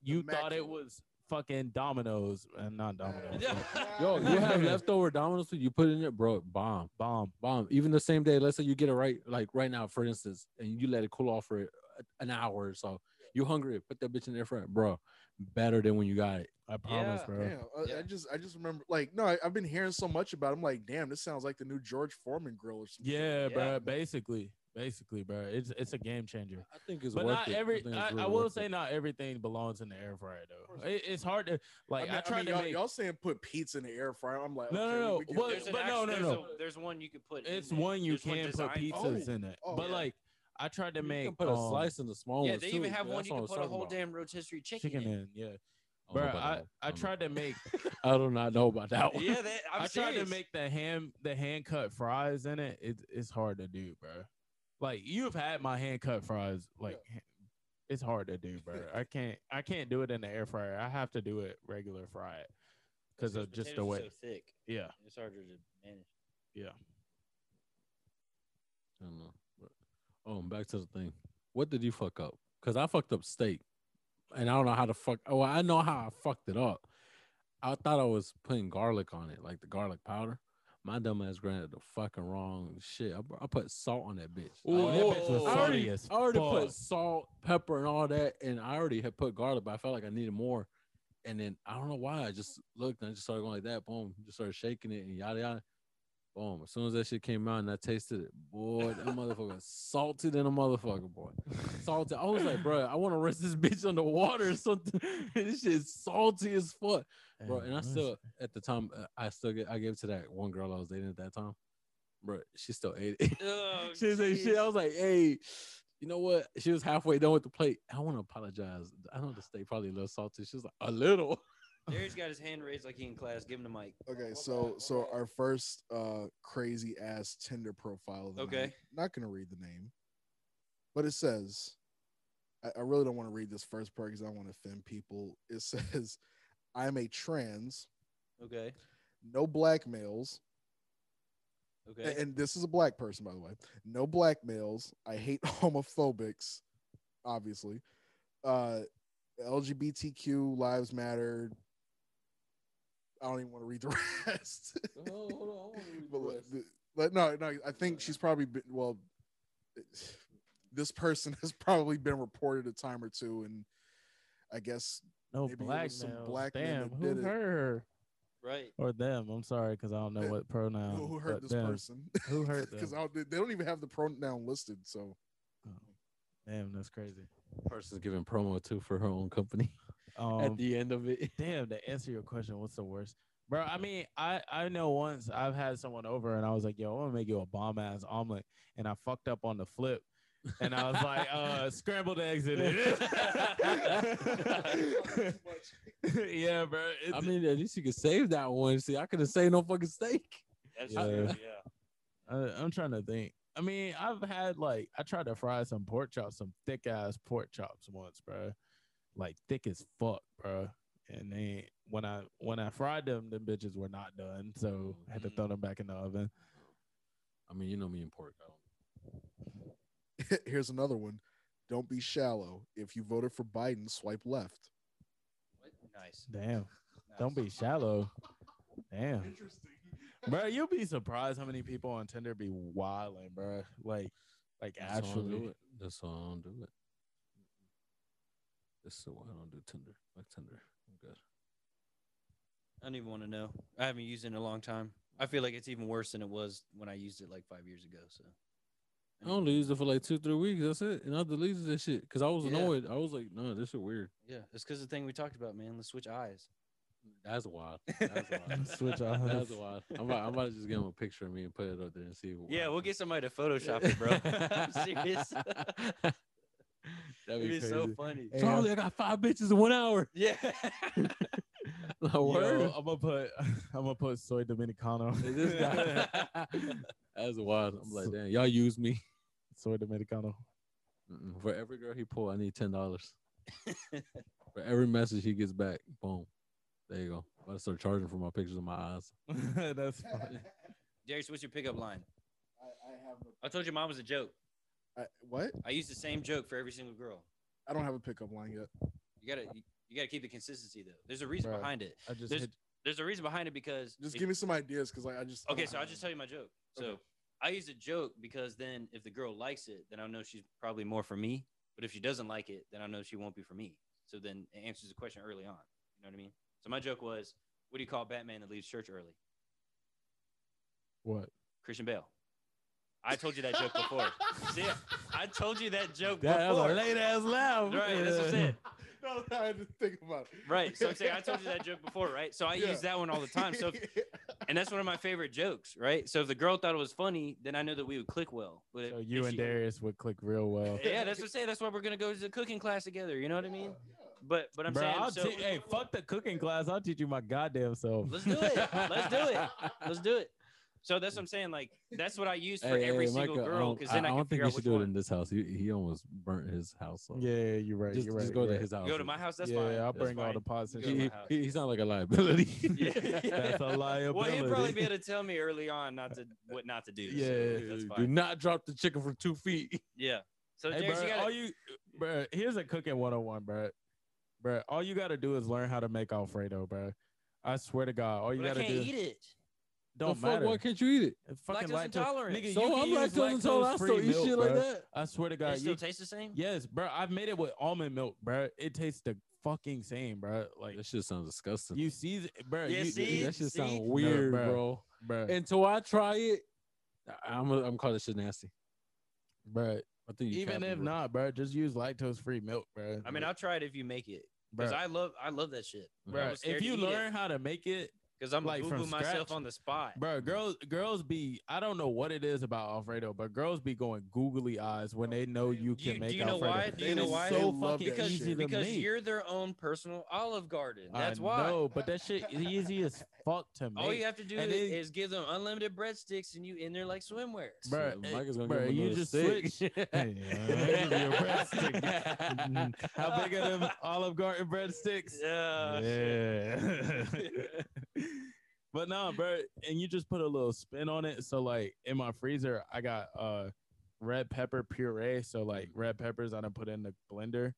A: You thought it
C: Immaculate.
A: was fucking Domino's and not Domino's.
B: Yeah.
A: but
B: [LAUGHS]
D: Yo, [LAUGHS] you
C: [LAUGHS]
D: have leftover Domino's food, you put it in it, bro. Bomb,
A: Bomb.
D: bomb. Even the same day, let's say you get it right, like right now, for instance, and you let it cool off for a- an hour or so. You hungry? Put that bitch in there for bro. Better than when you got it.
A: I promise,
B: Yeah.
A: bro.
C: Damn, I- I,
B: Yeah.
C: just I just remember like no, I, I've been hearing so much about. It. I'm like, damn, this sounds like the new George Foreman grill or something.
A: Yeah,
B: Yeah.
A: bro. Basically, basically, bro. It's it's a game changer.
D: I think it's
A: But
D: worth
A: not
D: it.
A: every.
D: think it's
A: I, I
D: really
A: will
D: worth
A: say,
D: it.
A: not everything belongs in the air fryer though.
C: course.
A: It- it's hard to like. I,
C: mean-
A: tried
C: mean,
A: to
C: y'all,
A: make.
C: y'all saying put pizza in the air fryer. I'm like,
A: No,
C: okay,
A: no,
C: we- we
A: no,
C: get
B: There's
A: but-
C: that.
A: but
B: an
A: no,
B: actual-
A: no,
B: there's
A: no.
B: a- there's one you could put. in
A: It's
B: there.
A: one you
B: There's
A: can put
B: designed for it.
A: pizzas in it,
C: Oh,
A: but
C: yeah.
A: like I tried to
D: You
A: make
D: can put a
A: um,
D: slice in the small
B: Yeah,
D: ones,
B: they
D: too.
B: even have
D: That's
B: one you
D: what
B: can
D: I was
B: put a
D: talking
B: whole
D: about.
B: damn rotisserie chicken,
A: chicken
B: in.
A: in. Yeah,
D: I
A: bro.
D: don't know Oh, about
A: I
D: that.
A: I
D: don't know.
A: tried to make
D: I do not know about [LAUGHS] that
B: [LAUGHS]
D: one.
B: Yeah, that, I'm
A: I tried to
B: serious.
A: make the ham the hand cut fries in it. It it's hard to do, bro. Like you've had my hand cut fries. Like it's hard to do, bro. I can't I can't do it in the air fryer. I have to do it regular fried because
B: Those
A: of just the
B: potatoes are
A: way.
B: so thick.
A: yeah,
B: It's harder to manage.
D: I don't know. but- Um, back to the thing. What did you fuck up? Cause I fucked up steak, and I don't know how to fuck. Oh, I know how I fucked it up. I thought I was putting garlic on it, like the garlic powder. My dumb ass granted the fucking wrong shit. I, br- I put salt on that bitch.
A: Ooh,
D: I,
A: Oh, that bitch was
D: I
A: salty
D: already,
A: as
D: I already
A: fuck.
D: put salt, pepper, and all that, and I already had put garlic, but I felt like I needed more. And then I don't know why. I just looked and I just started going like that. Boom, just started shaking it and yada yada. Boom. As soon as that shit came out and I tasted it, boy, that motherfucker salted in a motherfucker, boy.
A: [LAUGHS]
D: Salted. I was like, bro, I want to rinse this bitch under water or something. [LAUGHS] this shit is salty as fuck, bro.
A: Damn,
D: And I
A: what is-
D: still, at the time, uh, I still get, I gave it to that one girl I was dating at that time, bro. She still ate it. [LAUGHS]
A: [LAUGHS]
B: Oh,
D: she was like, shit. I
B: jeez.
D: was like, hey, you know what? She was halfway done with the plate. I want to apologize. I know the steak probably a little salty. She was like, a little.
B: Jerry's got his hand raised like he in class. Give him the mic.
C: Okay, so so our first uh crazy ass Tinder profile. Of the
B: Okay.
C: night. not gonna read the name, but it says, I, I really don't want to read this first part because I want to offend people. It [LAUGHS] says, I'm a trans,
B: Okay.
C: no black males,
B: Okay.
C: A- and this is a black person by the way no black males i hate [LAUGHS] homophobics obviously uh lgbtq lives matter i don't even want to read the [LAUGHS] rest
D: Oh, [LAUGHS]
C: but like, the- like, no no i think she's probably been well this person [LAUGHS] has probably been reported a time or two and i guess
A: no
C: maybe it
A: black
C: was some
A: males.
C: black men
A: damn
C: that
A: who
C: did it.
A: her
B: right.
A: or them. I'm sorry because I don't know
C: Yeah.
A: what pronoun.
C: [LAUGHS] who hurt
A: but
C: this
A: them.
C: person
A: Who
C: [LAUGHS]
A: hurt
C: because
A: them? Oh,
C: they they don't even have the pronoun listed [LAUGHS] so
A: Damn, that's crazy.
D: Person's giving promo too for her own company [LAUGHS]
A: Um,
D: at the end of it.
A: damn to answer your question what's the worst bro i mean i i know once i've had someone over and i was like yo i'm gonna make you a bomb ass omelet and i fucked up on the flip and i was like uh
D: [LAUGHS]
A: scrambled eggs in it [LAUGHS] yeah bro it's,
D: I mean, at least you could save that one. See, I couldn't save no fucking steak.
B: That's
A: Yeah.
B: true. Yeah.
A: I, i'm trying to think i mean i've had like i tried to fry some pork chops some thick ass pork chops once bro like thick as fuck bro and they when i when i fried them them bitches were not done so i had to
D: Mm.
A: throw them back in the oven
D: I mean, you know me and pork. I don't-
C: [LAUGHS] Here's another one. Don't be shallow. If you voted for Biden, swipe left.
B: [LAUGHS] What? Nice.
A: Damn.
B: nice.
A: Don't be shallow. Damn.
C: Interesting.
A: Bro, you'll be surprised how many people on Tinder be wilding, bro. Like, like
D: That's why I don't
A: [LAUGHS]
D: do
A: actually.
D: it. That's why I don't do it. This is why I don't do Tinder. Like Tinder, I'm good.
B: I don't even want to know. I haven't used it in a long time. I feel like it's even worse than it was when I used it like five years ago. So
D: I only used it for like two, three weeks. That's it, and I deleted that shit because I was
B: Yeah.
D: annoyed. I was like, no, this is weird.
B: Yeah, it's because the thing we talked about, man. Let's switch eyes.
D: That's wild.
B: [LAUGHS]
D: That's wild. [LAUGHS]
A: Switch eyes.
D: That's wild. I'm about, I'm about to just give him a picture of me and put it up there and see. what
B: Yeah, we'll
D: happens.
B: get somebody to Photoshop it, bro. [LAUGHS] I'm [LAUGHS] serious.
D: [LAUGHS] That'd
B: It'd
D: be,
B: be
D: crazy.
B: so funny.
A: Hey,
D: Charlie, I got five bitches in one hour. [LAUGHS]
B: Yeah.
D: Like, word?
A: I'm gonna put, I'm gonna put soy Dominicano.
B: [LAUGHS]
D: [LAUGHS] Is this guy- That's wild. I'm like, damn, y'all use me.
A: soy dominicano.
D: Mm-mm. For every girl he pull, I need
B: [LAUGHS]
D: ten dollars. for every message he gets back, boom. There you go. I'm about to start charging for my pictures of my eyes.
A: [LAUGHS] That's
C: I,
A: funny.
B: Darius, what's your pickup line?
C: I have
B: I told you mine was a joke.
C: a, I, what?
B: I use the same joke for every single girl.
C: I don't have a pickup line yet.
B: You gotta you, you gotta keep the consistency though. There's a reason
A: Bruh.
B: behind it.
A: I just
B: There's-
A: hit
B: There's a reason behind it because
C: Just
B: if-
C: give me some ideas because like I just I
B: Okay,
C: don't
B: so I'll
C: have
B: just tell you my joke. So
C: Okay.
B: I use a joke because then if the girl likes it, then I know she's probably more for me. But if she doesn't like it, then I know she won't be for me. So then it answers the question early on. You know what I mean? So my joke was, what do you call Batman that leaves church early?
A: what?
B: Christian Bale. I told you that joke
A: [LAUGHS]
B: before. See, I told you that joke
A: [LAUGHS] That that
B: before.
A: was a late ass laugh.
B: Right, that's what I'm saying.
C: [LAUGHS] no, no, I had to think about it.
B: Right. So I'm saying I told you
C: [LAUGHS]
B: that joke before, right? So I
C: Yeah.
B: use that one all the time.
C: [LAUGHS]
B: So if
A: [LAUGHS]
B: and that's one of my favorite jokes, right? So if the girl thought it was funny, then I know that we would click well. But
A: So
B: if
A: you and
B: she-
A: Darius would click real well.
B: yeah, that's what I'm saying. That's why we're gonna go to the cooking class together. You know what I
C: [LAUGHS]
B: mean? But but I'm
A: Bro,
B: saying,
A: I'll
B: so,
A: te- hey, fuck the cooking class. I'll teach you my goddamn self.
B: let's do it. Let's [LAUGHS] do it. Let's do it. So that's what I'm saying. Like that's what I use for every single
D: Micah, I
B: girl
D: don't-
B: because then I,
D: I
B: can
D: don't think
B: figure
D: you
B: out
D: should
B: which
D: do it
B: one.
D: in this house. He, he almost burnt his house. up.
A: [LAUGHS] Yeah, you're right.
D: just,
A: you're right.
D: just go
A: yeah.
D: to his house.
B: Go to my house. That's
A: yeah,
B: fine.
A: I'll
B: That's
A: bring all
B: fine.
A: the pods and
B: Go to
A: shit.
B: my
D: He,
B: house.
D: he, he sounds like a liability.
B: [LAUGHS] Yeah.
A: That's a liability.
B: [LAUGHS] Well, he'd probably be able
A: [LAUGHS]
B: to tell me early on not to what not to do. so
A: Yeah,
B: that's
D: Do
B: fine.
D: not drop the chicken from two feet.
B: Yeah. So
A: Hey,
B: Darius,
A: bro,
B: you gotta,
A: all you, bro, here's a cooking 101, bro. Bro, all you got to do is learn how to make Alfredo, bro. I swear to God, all you
B: but I
A: got to
B: can't
A: do
B: eat it.
D: The
A: don't
D: fuck,
A: matter.
D: why can't you eat it?
A: It's fucking
B: Lactose intolerant.
A: Nigga, you
D: So
A: can
D: I'm
A: use
D: lactose intolerant. I still
A: lactose-free
D: eat
A: milk,
D: shit like
A: bro.
D: that.
A: I swear to
B: Does
A: God,
B: it still
A: you,
B: taste the same?
A: yes, bro. I've made it with almond milk, bro. It tastes the fucking same, bro. Like
D: That shit sounds disgusting.
A: you see, bro.
B: Yeah,
A: you,
B: see?
D: that shit
B: See?
D: sounds
B: No,
D: weird,
A: bruh.
D: bro.
A: bro,
D: Until I try it, I- I'm i I'm calling this shit nasty.
A: bro.
D: I think you
A: Even
D: capping,
A: if
D: bro.
A: not, bro, just use lactose-free milk, bro.
B: I mean, I'll try it if you make it because
A: Bruh.
B: I love I love that shit.
A: Bruh,
B: was scared
A: if
B: to
A: you
B: eat it.
A: learn how to make it,
B: because I'm
A: Like,
B: like
A: from
B: boo myself
A: scratch?
B: on the spot.
A: bro, girls, girls be I don't know what it is about Alfredo, but girls be going googly eyes when they know you
B: You-
A: can
B: do
A: make
B: you know
A: Alfredo.
B: why? Do
A: It
B: you know
A: is
B: why?
A: So
C: They love
A: fucking
C: that
B: because
A: easy to
C: shit.
B: because
A: make.
B: you're their own personal Olive Garden.
A: I
B: That's why. Oh,
A: know, but that shit is easy as fuck to make.
B: All you have to do
A: And
B: is,
A: then-
B: is give them unlimited breadsticks, and you in there like swimwear.
A: Bruh,
D: So
A: eh,
D: Micah's gonna
A: bruh,
D: give him
A: you
D: another
A: just
D: six. [LAUGHS]
A: switch. Hey, uh, [LAUGHS] give me a breadstick. Mm, [LAUGHS] How big are them Olive Garden breadsticks?
B: [LAUGHS] Yeah.
A: Yeah. [LAUGHS] but nah, bro, and you just put a little spin on it. So like in my freezer, I got uh red pepper puree. So like red peppers, I don't put in the blender.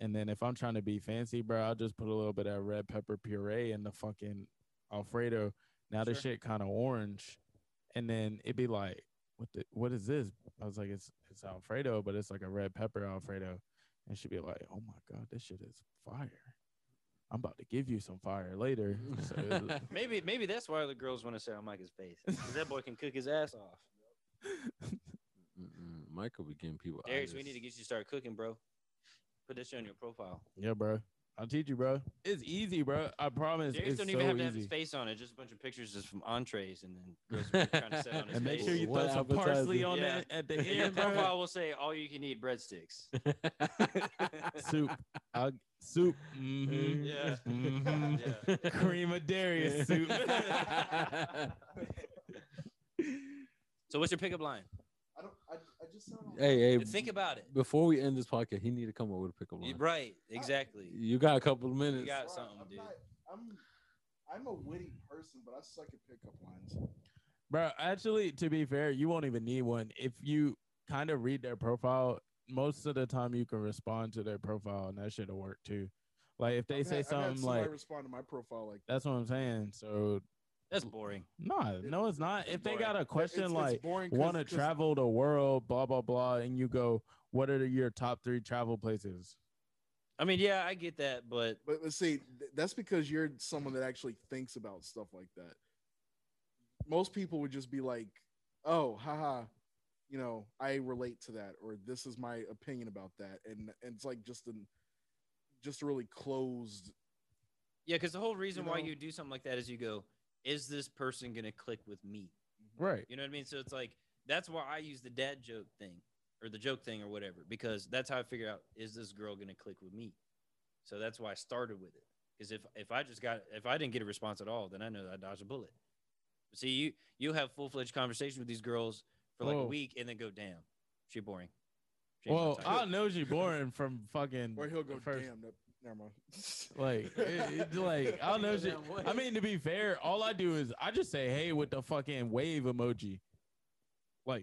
A: And then if I'm trying to be fancy, bro, I'll just put a little bit of red pepper puree in the fucking Alfredo. Now this
B: Sure.
A: shit kind of orange, and then it'd be like, what the, what is this? I was like, it's it's Alfredo, but it's like a red pepper Alfredo, and she'd be like, oh my god, this shit is fire. I'm about to give you some fire later. So
D: [LAUGHS]
B: [LAUGHS]
A: it-
B: Maybe maybe that's why the girls want to sit on Micah's face. 'cause that boy can cook his
A: [LAUGHS]
B: ass off. [LAUGHS]
D: Mm-mm. Michael be getting people.
B: Darius, we need to get you started cooking, bro. Put that shit on your profile.
A: yeah, bro. I'll teach you, bro. It's easy, bro. I promise.
B: Darius
A: it's
B: don't
A: so
B: even have to have his
A: easy.
B: face on it. Just a bunch of pictures just from entrees, and
A: [LAUGHS]
B: then girls will be trying to sit on his
A: And make
B: face.
A: sure you
D: What
A: throw some
D: appetizer?
A: parsley on
B: [LAUGHS] Yeah.
A: that at the [LAUGHS]
B: And your
A: end, bro.
B: profile will say all you can eat
A: [LAUGHS]
B: breadsticks.
D: [LAUGHS]
A: soup. I'll, soup. hmm
B: Mm-hmm. Yeah. [LAUGHS]
A: hmm
D: [LAUGHS]
A: Cream of Darius soup.
B: So what's your pickup line?
C: I don't. I, I just sound. like-
D: hey, hey.
B: Think about it.
D: before we end this podcast, he need to come up with a pickup line.
B: Right, exactly.
D: You got a couple of
B: You
D: minutes.
B: got
C: Right,
B: something,
C: I'm
B: dude.
C: not- I'm. I'm a witty person, but I suck at pickup lines.
A: Bro, actually, to be fair, you won't even need one. If you kind of read their profile, most of the time you can respond to their profile and that shit'll work too. Like if they
C: I've
A: say
C: had- I've had
A: something
C: somebody
A: like
C: respond to my profile like
A: that's what I'm saying. So
B: That's boring.
A: nah, no, it's not. If they got a question
C: it's,
A: like
C: it's boring 'cause-
A: want to
C: 'cause-
A: travel the world, blah blah blah, and you go, what are your top three travel places?
B: I mean, yeah, I get that, but
C: But let's see, th- that's because you're someone that actually thinks about stuff like that. Most people would just be like, "Oh, haha, you know, I relate to that, or this is my opinion about that," and and it's like just an just a really closed.
B: yeah, because the whole reason why
C: know-
B: you do something like that is you go, is this person gonna click with me?
A: Right.
B: You know what I mean? So it's like that's why I use the dad joke thing or the joke thing or whatever because that's how I figure out is this girl gonna click with me. So that's why I started with it because if if I just got if I didn't get a response at all, then I know I dodged a bullet. See, you you have full fledged conversation with these girls for like
A: Whoa.
B: a week and then go, damn, She boring. She ain't my
A: Well,
B: type.
A: I know she boring from fucking.
C: Or he'll go,
A: first-
C: damn, that, never mind. [LAUGHS]
A: Like, it- it- like I know she. I mean, to be fair, all I do is I just say hey with the fucking wave emoji. Like,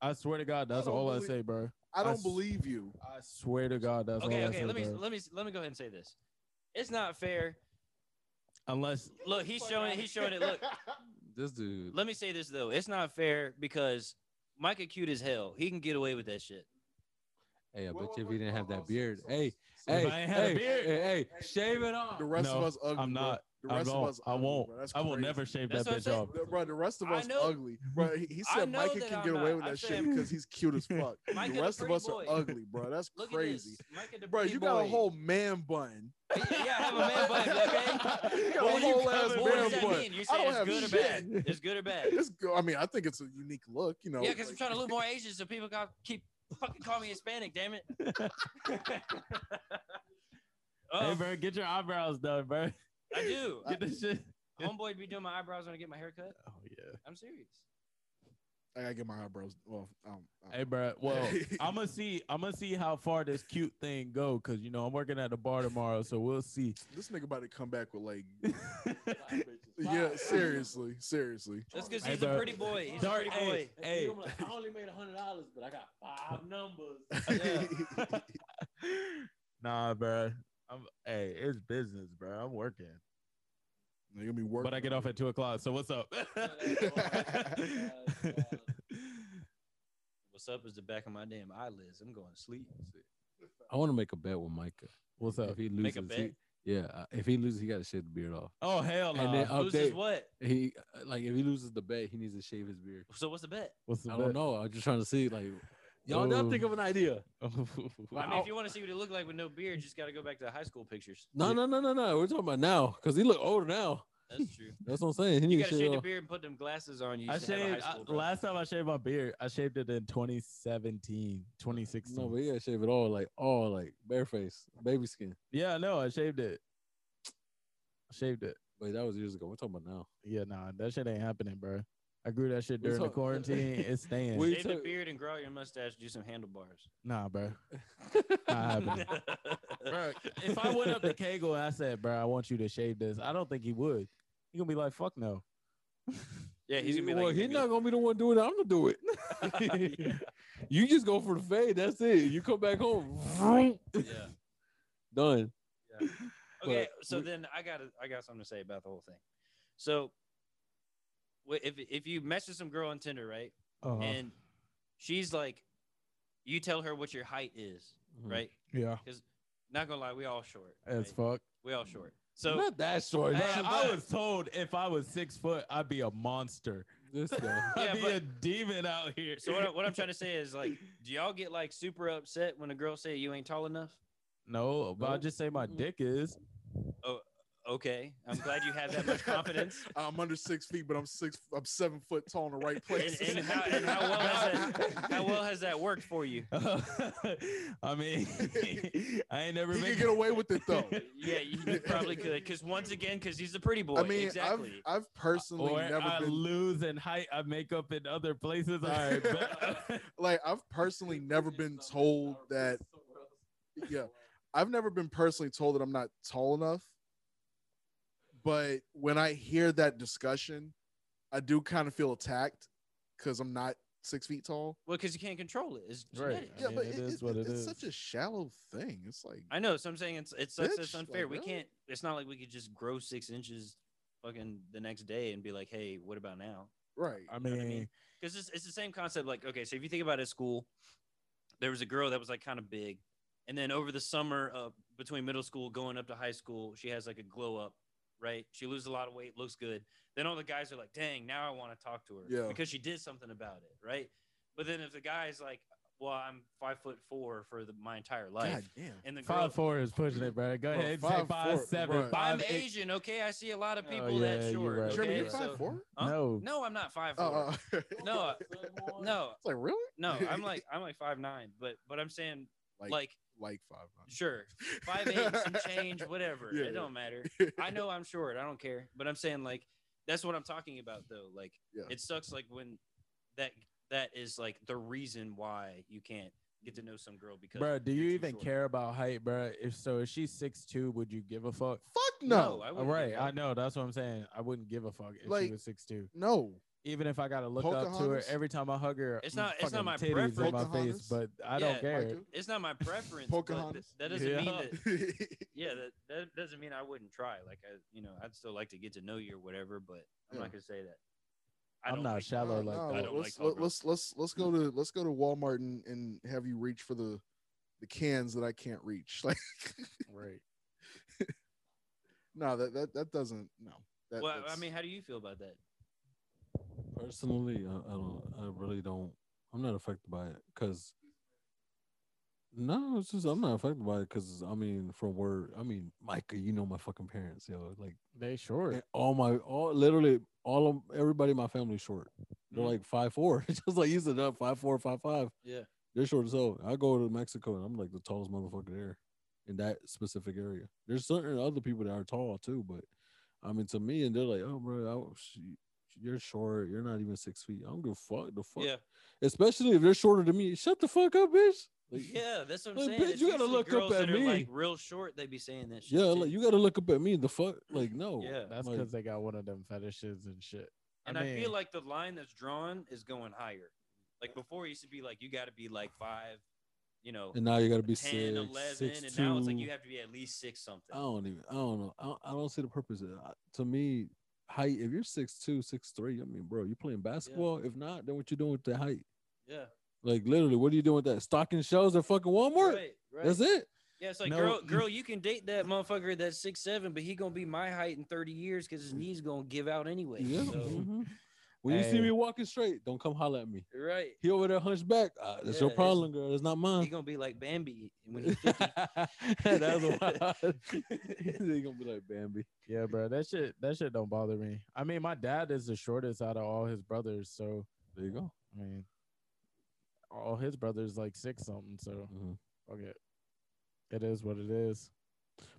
A: I swear to God, that's
C: don't
A: all
C: believe-
A: I say, bro.
C: [LAUGHS] I don't
A: s-
C: believe you.
A: I swear to God, that's all
B: okay,
A: I
B: okay.
A: say,
B: Let me
A: bro.
B: let me let me go ahead and say this. It's not fair.
A: Unless
B: Look, he's showing he's showing it. Look,
D: This dude.
B: let me say this though. It's not fair because Micah cute as hell. He can get away with that shit.
D: Hey, I
C: Wait,
D: bet
C: wait,
D: you if
C: wait,
D: he didn't
C: oh,
D: have
C: oh,
D: that
C: so-
D: beard.
C: so-
D: Hey,
C: so-
A: If
D: hey,
A: I ain't had a
D: hey,
A: beard-
D: hey, hey, shave it
C: the
D: off.
C: rest
A: No,
C: of us ugly.
A: I'm
C: bro.
A: not.
C: The
A: I
C: rest of
A: won't.
C: us.
A: I
C: ugly,
A: won't.
C: bro. That's
A: I will
C: crazy.
A: never shave
B: That's
A: that
B: what
A: bitch
B: I'm
A: off.
C: The- Bro, the rest of
B: I
C: us
B: know-
C: ugly. Bro, he, he
B: I
C: said
B: know
C: Micah
B: that
C: can
B: I'm
C: get away
B: not.
C: with
B: I'm
C: that shit
B: saying-
C: because he's
B: [LAUGHS]
C: cute as fuck.
B: Micah
C: the
B: the
C: rest of
B: pretty
C: us
B: boy.
C: are ugly, bro. That's
B: Look
C: crazy.
B: at this. Micah the
C: Bro,
B: pretty
C: you got a
B: boy.
C: whole man bun.
B: yeah, I have a man bun. Okay.
C: [LAUGHS] You got a
B: What do you-
C: whole ass
B: What
A: covered?
C: man
B: does that
C: bun.
B: mean? You're
C: I
B: saying
C: don't
B: it's
C: have
B: good
C: shit.
B: or bad? It's good or bad?
C: [LAUGHS] It's go- I mean, I think it's a unique look, you know.
B: Yeah, because I'm
C: like-
B: trying to look more Asian so people got keep fucking call me Hispanic.
A: [LAUGHS]
B: Damn it. oh,
A: Hey, bro, get your eyebrows done,
C: [LAUGHS]
A: bro.
B: I do.
A: Get this shit.
B: Homeboy be doing my eyebrows when I get my haircut.
A: Oh yeah.
B: I'm serious.
C: I gotta get my eyebrows. Well, um, um,
A: Hey, bro.
C: [LAUGHS]
A: Well, I'm gonna see. I'm gonna see how far this cute thing go, cause you know I'm working at the bar tomorrow, so we'll see.
C: this nigga about to come back
B: [LAUGHS]
C: with like.
D: [LAUGHS]
C: yeah,
E: [LAUGHS]
C: seriously, seriously.
B: That's because
A: Hey,
B: he's
A: bro.
B: a pretty boy. He's a
A: Dark-
B: pretty
A: hey,
B: boy.
A: hey.
E: I'm like, I only made hundred dollars, but I got
D: [LAUGHS]
E: five numbers.
A: [LAUGHS] nah, bro. I'm. Hey, it's business, bro. I'm working,
C: They're gonna be working.
A: but I get off at two o'clock. So what's up? [LAUGHS]
B: What's up is the back of my damn eyelids. I'm going to sleep.
D: I want to make a bet with Micah.
A: what's up?
D: If he
B: Make a
D: loses, he, yeah, uh, if he loses, he got to shave the beard off.
A: Oh hell no.
D: And then
B: Who's this
D: update.
B: what?
D: He uh, like if he loses the bet, he needs to shave his beard.
B: So what's the bet?
A: what's the
D: I don't know. I'm just trying to see like y'all now
A: Ooh.
D: think of an idea.
B: I
A: [LAUGHS] know.
B: mean, if you want to see what he looked like with no beard, just got to go back to the high school pictures.
D: No, no, no, no, no. We're talking about now because he look older now.
B: That's
D: [LAUGHS]
B: true.
D: That's what I'm saying. He
B: You
D: needs
B: got
D: to
B: to shave
D: shave
B: the
D: off.
B: beard and put them glasses on. You
A: I
B: used to have in
A: shaved
B: high
A: I-
B: school, bro.
A: last time I shaved my beard. I shaved it in 2017, 2016.
D: [LAUGHS] No, but yeah, shave it all like all like bare face, baby skin.
A: yeah, no, I shaved it. I shaved it.
D: But that was years ago. We're talking about now.
A: Yeah, nah, that shit ain't happening, bro. I grew that shit
D: We
A: during the
D: talk-
A: quarantine. It's
B: [LAUGHS]
A: staying.
D: We-
B: Shave the
D: took-
B: beard and grow out your mustache. Do some
D: [LAUGHS]
B: handlebars.
A: nah, bro. Not
B: [LAUGHS]
A: happening. bro, if I went up to Kegel and I said, bro, I want you to shave this, I don't think he would. He gonna be like, fuck no.
B: yeah, he's gonna be like,
D: well, he's
B: nigga,
D: not gonna be the one doing it. I'm gonna do it.
B: [LAUGHS]
D: [LAUGHS] You just go for the fade. That's it. You come back home. [LAUGHS] vroom,
B: yeah.
D: Done.
B: Okay,
D: But
B: so
D: we-
B: then I got I got something to say about the whole thing. So, wh- if if you mess with some girl on Tinder, right,
C: Oh,
A: Uh-huh.
B: and she's like, you tell her what your height is, right?
A: yeah,
B: Not gonna lie, we all short.
A: as
B: right?
A: fuck.
B: We all short.
D: So
B: So
D: not that short.
A: Bro,
B: Hey,
A: I
B: but-
A: was told if I was six foot, I'd be a
C: [LAUGHS]
A: monster.
D: [LAUGHS] This guy.
A: I'd
B: Yeah,
A: be
B: but-
A: a demon out here.
B: so what,
A: [LAUGHS]
B: I, what I'm trying to say is like, do y'all get like super upset when a girl say you ain't tall enough?
A: No, but I
D: Nope.
A: just say my
D: Mm-mm.
A: dick is. [LAUGHS]
B: Okay, I'm glad you have that much confidence.
C: [LAUGHS]
B: [LAUGHS]
C: I'm under six feet, but I'm six. I'm seven foot tall in the right place.
B: And- and how-
C: [LAUGHS]
B: and how well has that- How well has that worked for you?
A: I mean, [LAUGHS] I ain't never
C: he
A: been.
C: can get away with it
A: [LAUGHS]
C: though.
B: Yeah, you, you probably could. Because once again, because he's the pretty boy.
C: I mean,
B: exactly.
C: I've I've personally
A: Or
C: never
A: I
C: been
A: lose in height, I make up in other places. All right, but,
C: like I've [LAUGHS] personally never been told that. Yeah, I've never been personally told that I'm not tall enough. But when I hear that discussion, I do kind of feel attacked because I'm not six feet tall.
B: well, because you can't control it. It's
A: Right.
B: genetics.
A: I Yeah. mean, it is what it
C: it's
A: is.
C: such a shallow thing. It's like
B: I know. So I'm saying it's it's such it's
C: Bitch, like,
B: unfair. we
C: really?
B: can't. It's not like we could just grow six inches, fucking the next day and be like, hey, what about now?
C: right.
A: I
B: know
A: mean,
B: what I mean? Because it's it's the same concept. Like, okay, so if you think about it, at school, there was a girl that was like kind of big, and then over the summer, uh, between middle school going up to high school, she has like a glow up. Right, she loses a lot of weight, looks good. Then all the guys are like, "Dang, now I want to talk to her
C: Yeah.
B: because she did something about it." Right, but then if the guy's like, "Well, I'm five foot four for the, my entire life,"
C: God damn.
B: and the girl,
A: five four is pushing it, bro. Go
C: Bro,
A: ahead, say
C: five,
A: five
C: four,
A: seven,
C: bro.
A: five,
B: I'm
A: eight.
B: Asian, okay? I see a lot of
A: Oh,
B: people
A: yeah,
B: that
A: you're
B: short.
A: right.
C: Jeremy,
B: Okay?
C: you're
B: [LAUGHS]
C: five
B: So-
C: four.
B: Huh?
A: No,
B: No, I'm not five four.
C: Uh, [LAUGHS] it's
B: No, no,
C: like really? [LAUGHS]
B: no, I'm like I'm like five nine, but but I'm saying
C: Like
B: like
C: like five. nine.
B: sure five eight
C: [LAUGHS]
B: some change whatever
C: Yeah,
B: it
C: [LAUGHS] yeah.
B: don't matter. I know I'm short. I don't care, but I'm saying like that's what I'm talking about though. Like
C: Yeah.
B: it sucks like when that that is like the reason why you can't get to know some girl because
A: Bro, do
B: you're
A: you
B: too
A: even
B: short.
A: care about height, bro? If so, if she's six two, would you give a fuck?
C: Fuck no.
B: I wouldn't
A: Right,
B: give a
A: I
B: fuck.
A: know. That's what I'm saying. I wouldn't give a fuck if she
C: Like-
A: was six two.
C: No.
A: Even if I gotta look up to her
C: Pocahontas?
A: every time I hug her,
B: It's
A: mm,
B: not- it's not
A: fucking
B: my
A: titties in my face,
C: preference.
A: but I
B: Yeah,
A: don't care.
C: Michael.
B: It's not my preference. but th-
C: Pocahontas?
B: that doesn't
A: Yeah.
B: mean that.
C: [LAUGHS]
B: Yeah, that, that doesn't mean I wouldn't try. Like I, you know, I'd still like to get to know you or whatever, but I'm
C: Yeah.
B: not gonna say that. I
A: I'm
B: don't
A: not
B: like-
A: shallow
C: Nah,
A: like
C: nah,
B: I
A: that.
B: don't
C: let's,
B: like
C: let, us let's let's go to let's go to Walmart and, and have you reach for the the cans that I can't reach. [LAUGHS] Like [LAUGHS]
A: Right.
C: no, that that, that doesn't no. That,
B: Well, I
C: that's-
B: mean, how do you feel about that?
D: Personally, I, I don't. I really don't. I'm not affected by it because. No, it's just I'm not affected by it because I mean, from where I mean, Micah, you know my fucking parents, yo. Like
A: They short.
D: eh, all my all literally all of everybody in my family short. They're
B: Mm.
D: like five four, [LAUGHS] just like you said, up five four, five five.
B: Yeah.
D: They're short as hell. I go to Mexico and I'm like the tallest motherfucker there in that specific area. There's certain other people that are tall too, but I mean to me, and they're like, oh bro, I, sh- you're short. You're not even six feet. I'm gonna fuck the fuck. [LAUGHS]
B: Yeah,
D: Especially if they're shorter than me. Shut the fuck up, bitch. Like,
B: yeah, that's what I'm
D: Like,
B: saying.
D: bitch,
B: It's
D: you gotta
B: usually
D: look up
B: girls
D: at
B: that are,
D: me.
B: Like real short, they be saying that shit.
D: Yeah,
B: too.
D: like you gotta look up at me. The fuck, like no.
B: Yeah.
A: That's
D: like-
A: because they got one of them fetishes and shit.
B: and I, feel
A: mean,
B: like the line that's drawn is going higher. Like before, it used to be like you got to be like five, you know,
D: And now you gotta be
B: 10,
D: six,
B: 11,
D: six,
B: and now it's like
D: two.
B: you have to be at least six something.
D: I don't even. I don't know. I don't, I don't see the purpose. Of it. I- To me, height. If you're six two, six three, I mean, bro, you playing basketball. If not, then what you doing with the height?
B: Yeah,
D: Like literally, what are you doing with that? Stocking shelves at fucking Walmart.
B: right, right.
D: That's it.
B: Yeah, it's like
A: No.
B: girl, girl, you can date that motherfucker that's six seven, but he gonna be my height in thirty years because his knees gonna give out anyway.
D: Mm. Yeah.
B: So,
D: mhm. When you see
A: Hey.
D: me walking straight, don't come holler at me.
B: right.
D: He over there hunched back. Uh, that's your
B: Yeah, it's-
D: problem, girl. That's not
B: He
D: mine.
B: gonna be like Bambi when he's fifty. [LAUGHS]
D: [LAUGHS] that's [LAUGHS] wild. they gonna be like Bambi.
A: yeah, bro, that shit that shit don't bother me. I mean, my dad is the shortest out of all his brothers, so
D: There you go.
A: I mean, all his brothers like six something. So
D: Mhm.
A: fuck it. It is what it is.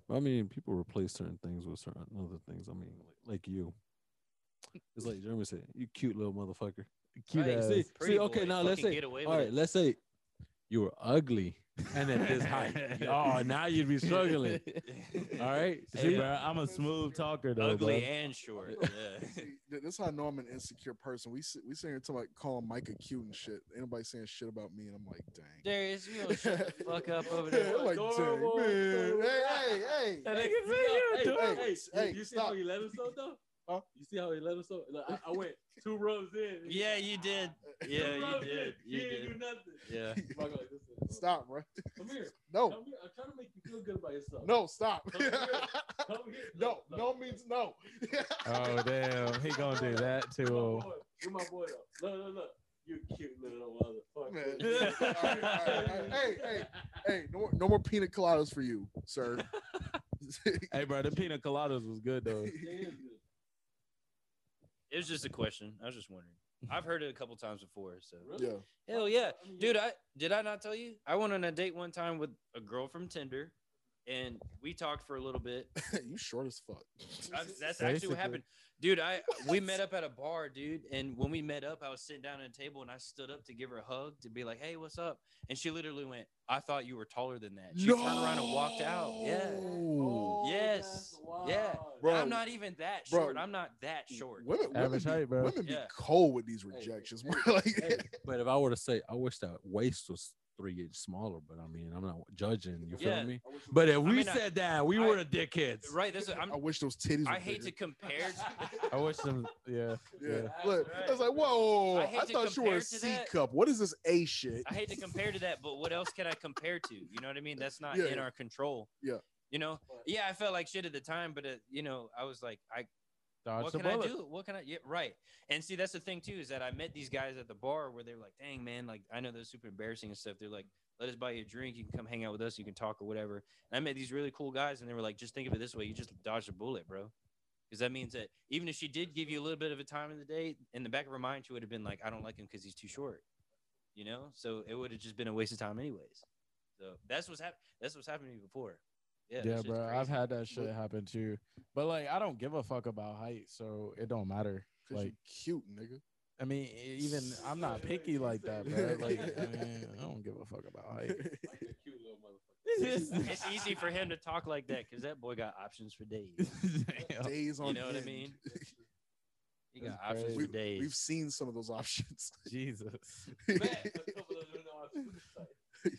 D: I mean, people replace certain things with certain other things. I mean, like, like you. It's like Jeremy said, you cute little motherfucker.
A: Cute
B: Right,
A: ass.
D: See,
B: Pretty
D: see, okay,
B: boy,
D: now let's
B: fucking
D: say,
B: get away
D: all
B: with
D: right,
B: it.
D: let's say you were ugly and at this height.
B: [LAUGHS]
D: [LAUGHS] Oh, now you'd be struggling. All [LAUGHS] right.
A: Hey,
D: See,
A: bro, I'm a smooth talker though.
D: [LAUGHS]
B: Ugly
A: bro.
B: and short. Yeah.
C: [LAUGHS] See, th- this is how I know I'm an insecure person. We sit, we sitting here talking like calling Micah cute and shit. Anybody saying shit about me, and I'm like, dang.
B: [LAUGHS] Darius, you gonna shut the
C: [LAUGHS]
B: fuck up over there?
D: [LAUGHS]
C: like,
E: Adorable,
C: dang, man.
E: adorable.
C: Hey, hey,
E: That
A: said
C: hey.
E: nigga
A: you
E: said,
C: adorable.
E: Hey,
C: Hey,
E: hey, you see
C: stop.
E: how he let us up though?
C: Huh?
E: You see how he let us up? Like, I, I went two rubs in. and he-
B: Yeah, you did.
E: two
B: Yeah, you
E: rubs
B: did.
E: in,
B: You
E: he
D: [LAUGHS]
E: didn't
B: did.
E: do nothing.
B: Yeah.
E: I'm like, listen,
C: Stop, bro. [LAUGHS]
E: Come here.
C: No,
E: Come here. I'm trying to make you feel good about yourself.
C: no, stop.
E: Come here. Come here.
C: no,
E: Look, look,
C: no
E: look.
C: means no. [LAUGHS]
A: Oh damn, he gonna do that
E: [LAUGHS] You're my
A: too.
E: Oh, boy. You're my boy though. Look, look, look. You cute
C: [LAUGHS]
E: little motherfucker.
C: Man. Hey, hey, hey, no, more- no more pina coladas for you,
B: [LAUGHS]
C: sir. [LAUGHS]
A: Hey, bro, the pina coladas was good though.
D: [LAUGHS]
B: It was just a question. I was just wondering. I've heard it a couple times before. So
C: yeah.
B: hell yeah,
E: I mean,
B: dude. I did I not tell you? I went on a date one time with a girl from Tinder, and we talked for a little bit.
C: you short as fuck.
B: I, that's actually
A: Basically.
B: what happened, dude. I we met up at a bar, dude, and when we met up, I was sitting down at a table and I stood up to give her a hug to be like, "Hey, what's up?" And she literally went, "I thought you were taller than that." She turned around and walked out. Yeah,
C: No.
B: Yes.
E: that's wild.
B: Yeah.
C: Bro.
B: I'm not even that
C: Bro.
B: short. I'm not that short.
C: Women, women,
A: Average
C: be,
A: height, bro.
C: women be
B: Yeah.
C: cold with these rejections. bro. [LAUGHS] like,
D: Hey, but if I were to say, I wish that waist was three inches smaller, but I mean, I'm not judging. You feel
B: Yeah.
D: me?
E: I wish you-
D: But if we
B: mean, I-
D: said that, we
B: I-
D: were the dickheads.
B: Right? That's what [LAUGHS] I'm.
C: I wish those titties.
B: I
C: were
B: hate to
C: bigger.
B: compare.
A: [LAUGHS] I wish them. Yeah,
C: Yeah,
E: Yeah.
C: look,
E: Right.
C: I was like, whoa!
B: I
C: I,
B: hate to
C: thought you were
B: compare
C: a
B: to
C: C
B: that.
C: cup. What is this A shit?
B: I hate to compare to that, but what else can I compare to? You know what I mean? That's not
C: Yeah,
B: in
C: yeah.
B: our control.
C: Yeah.
B: You know. Yeah, I felt like shit at the time, but uh, you know, I was like, I
A: dodge
B: what
A: the
B: can I
A: bullet.
B: do? What can I? Yeah, right. And see, that's the thing too is that I met these guys at the bar where they were like, "Dang, man! Like, I know they're super embarrassing and stuff. They're like, let us buy you a drink. You can come hang out with us. You can talk or whatever." And I met these really cool guys, and they were like, "Just think of it this way: you just dodged a bullet, bro." Because that means that even if she did give you a little bit of a time in the day, in the back of her mind, she would have been like, "I don't like him because he's too short," you know. So it would have just been a waste of time, anyways. So that's what's happening. That's what's happened to me before. Yeah, that
A: Yeah,
B: shit's
A: bro, I've
B: crazy.
A: had that
C: But-
A: shit happen too. But like, I don't give a fuck about height, so it don't matter.
C: 'Cause you
A: Like,
C: cute, nigga.
A: I mean, e- even I'm not picky like that, bro. Like, I, mean, I don't give a fuck about height.
C: [LAUGHS]
D: Like a cute little motherfucker.
A: It's
B: it's easy for him to talk like that because that boy got options for days.
A: [LAUGHS] Damn.
C: Days on
B: You know what I
A: [LAUGHS]
C: end.
B: mean? He
A: That's
B: got options
A: crazy.
B: for days.
E: [LAUGHS]
C: We've seen some of those options. [LAUGHS]
A: Jesus. [LAUGHS]
C: All
E: Man, a couple of them are suicide.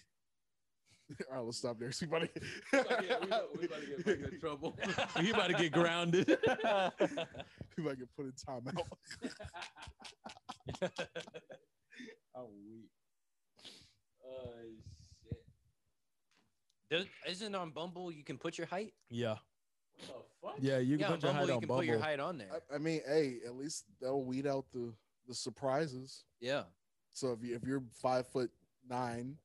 C: right, let's stop there, [LAUGHS] everybody.
E: Fuck yeah, we
C: [LAUGHS]
E: about- we about to get fucking
A: [LAUGHS]
E: in trouble.
A: You about to get
B: [LAUGHS]
A: grounded.
C: If I can put in timeout.
E: I'm weak. Oh shit.
B: Does, isn't on Bumble you can put your height?
A: yeah.
E: What the fuck?
A: Yeah, you can
B: yeah,
A: put your
B: on Bumble
A: height
B: you
A: on
B: can put your
A: Bumble.
B: height on there.
C: [LAUGHS] I, I mean, hey, at least that'll weed out the the surprises.
B: Yeah,
C: So if you if you're five foot nine,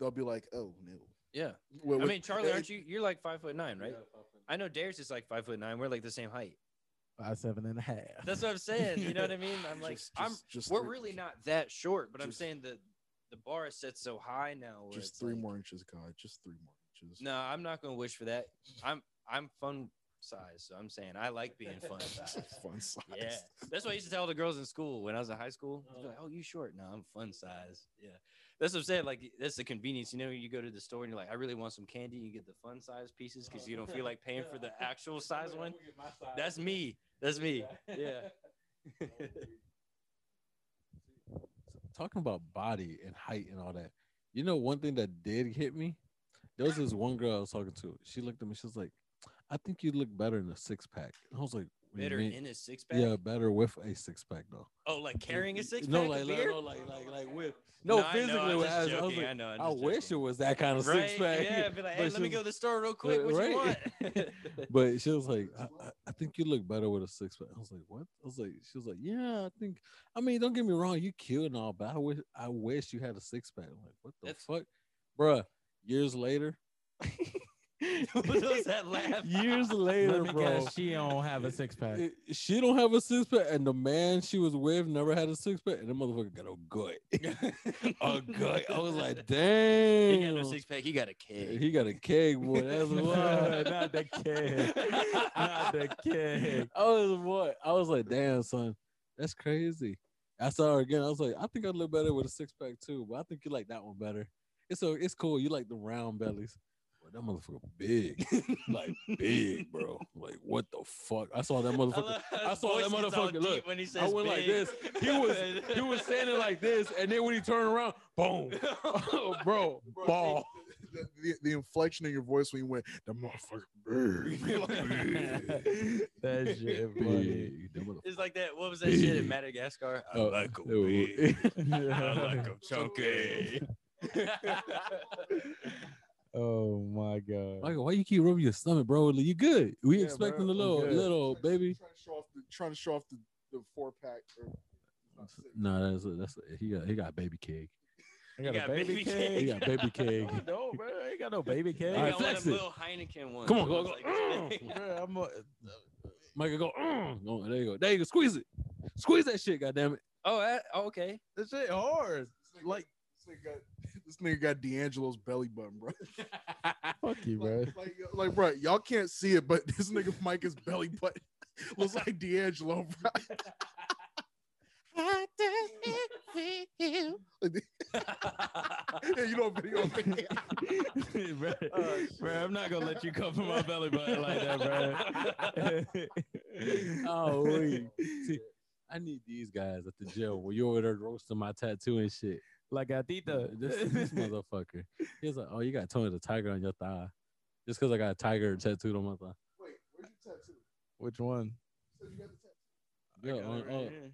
C: they'll be like, oh no.
B: yeah.
C: Well,
B: I
C: with-
B: mean, Charlie,
C: it-
B: aren't you? You're like five foot nine, right?
E: Yeah, fucking-
B: I know Darius is like five foot nine. We're like the same height.
A: Five seven and a half.
B: That's what I'm saying. You know what I mean? [LAUGHS] I'm like,
C: Just-
B: I'm.
C: just- just
B: we're
C: three-
B: really not that short, but I'm
C: just-
B: saying that the bar is set so high now. where
C: Just
B: it's
C: three
B: like-
C: more inches, God. Just three more inches.
B: No, I'm not gonna wish for that. I'm I'm fun size, so I'm saying I like being
C: [LAUGHS]
B: fun. size.
C: fun size.
B: Yeah, that's what I used to tell the girls in school when I was in high school. They'd be
E: Uh.
B: Like, oh, you short? No, I'm fun size. Yeah, that's what I'm saying. Like that's the convenience. You know, you go to the store and you're like, I really want some candy. You get the fun size pieces because you don't feel like paying for the actual size
E: I'm
B: one.
E: gonna get my size.
B: That's me. That's me.
A: [LAUGHS]
B: Yeah.
D: Talking about body and height and all that. You know, one thing that did hit me. There was this one girl I was talking to. She looked at me. She was like, "I think you look better in a six pack." And I was like, "What do you
B: Better
D: mean?"
B: in a six pack.
D: Yeah, better with a six pack though.
B: Oh, like carrying a six pack
D: No,
B: of
D: like, like,
B: beer?
D: no, like, like, like with.
B: No,
D: No,
B: I know,
D: physically,
B: I'm
D: with
B: just
D: abs. I was
B: joking,
D: like,
B: I know, I'm
D: I
B: just
D: wish it
B: joking.
D: was that kind of
B: right?
D: six pack.
B: Yeah, be like,
D: [LAUGHS] But
B: hey, let
D: she
B: me
D: was-
B: go to the store real quick. What you
D: right.
B: want? [LAUGHS]
D: But she was like, I, I, I think you look better with a six pack. I was like, what? I was like, she was like, yeah, I think. I mean, don't get me wrong, you cute and all, but I wish, I wish you had a six pack. I'm like, what the
B: That's-
D: fuck, bruh? Years later,
B: what was that laugh? [LAUGHS]
D: [LAUGHS] years later,
A: Let me
D: bro.
A: guess, she don't have a six pack. [LAUGHS]
D: it- She don't have a six pack, and the man she was with never had a six pack, and the motherfucker got a gut, a gut.
B: [LAUGHS]
D: I was like,
B: he
D: damn,
B: got no six pack. He got a
D: Yeah,
B: keg.
D: He got a keg,
B: [LAUGHS]
D: boy. That's what.
A: Not the keg. Not the keg.
D: I was what? I was like, damn, son, that's crazy. I saw her again. I was like, I think I look better with a six pack too, but I think you like that one better. It's so it's cool. You like the round bellies. But that motherfucker big, [LAUGHS] like big, bro. Like what the fuck? I saw that motherfucker. I saw that motherfucker, look,
B: when he says
D: I went like
B: big.
D: this. He was he was standing like [LAUGHS] this, and then when he turned around, boom, bro, ball.
C: [LAUGHS] The, the, the inflection in your voice when you went, that motherfucker. big."
B: [LAUGHS]
C: [LAUGHS]
A: That shit funny.
D: Big. That motherfucker
B: [LAUGHS] It's like that. What was that shit in
D: Big.
B: Madagascar? I
D: [LAUGHS] Oh,
B: like 'em
D: it was-
B: big.
A: [LAUGHS]
B: I like
A: Yeah.
B: 'em
D: [LAUGHS]
B: chunky.
A: oh my god.
D: Michael, [LAUGHS] why you keep rubbing your stomach, bro? Like, You good? We
C: Yeah,
D: expecting
C: bro, I'm
D: a little,
A: good.
D: little baby.
C: Trying to show off the, trying to show off the, the four pack. Or, not six.
D: No, that's a, that's a, he got he got baby keg.
A: I got,
B: got
A: a baby,
B: baby
A: keg.
B: keg.
D: He got baby keg.
A: No, I don't, bro. I ain't got no baby
B: They
A: keg.
D: All right,
B: got one of
D: flex
B: them
D: it.
B: little Heineken ones.
D: Come on,
B: that
D: go,
B: was
D: go.
B: like this big.
A: Bro, I'm a-
D: Michael, go. "Mm." Oh, there you go. There you go. Squeeze it. Squeeze that shit. Goddamn it.
B: [LAUGHS] Oh, that, oh, [LAUGHS] okay.
A: this shit hard.
C: This nigga- this nigga got [LAUGHS] this nigga got D'Angelo's belly button, bro.
A: Fuck [LAUGHS] you, bro.
C: Like, like, like, bro, y'all can't see it, but this nigga Micah's belly button [LAUGHS] looks like D'Angelo, bro. [LAUGHS] Yeah, you know, video.
A: [LAUGHS] [LAUGHS] bro, bro, I'm not gonna let you cover my belly button like that, [LAUGHS] bro.
D: [LAUGHS] Oh, wait. See, I need these guys at the jail when you over there roasting my tattoo and shit.
A: like I did
D: This,
A: [LAUGHS]
D: this
A: the
D: motherfucker. He was like, oh, you got Tony the Tiger on your thigh. Just because I got a tiger tattooed on my thigh.
C: Wait, where's your tattoo?
A: Which one?
C: So you got the tattoo?
D: Yeah,
A: got
D: on-
A: it right
D: on-
A: here.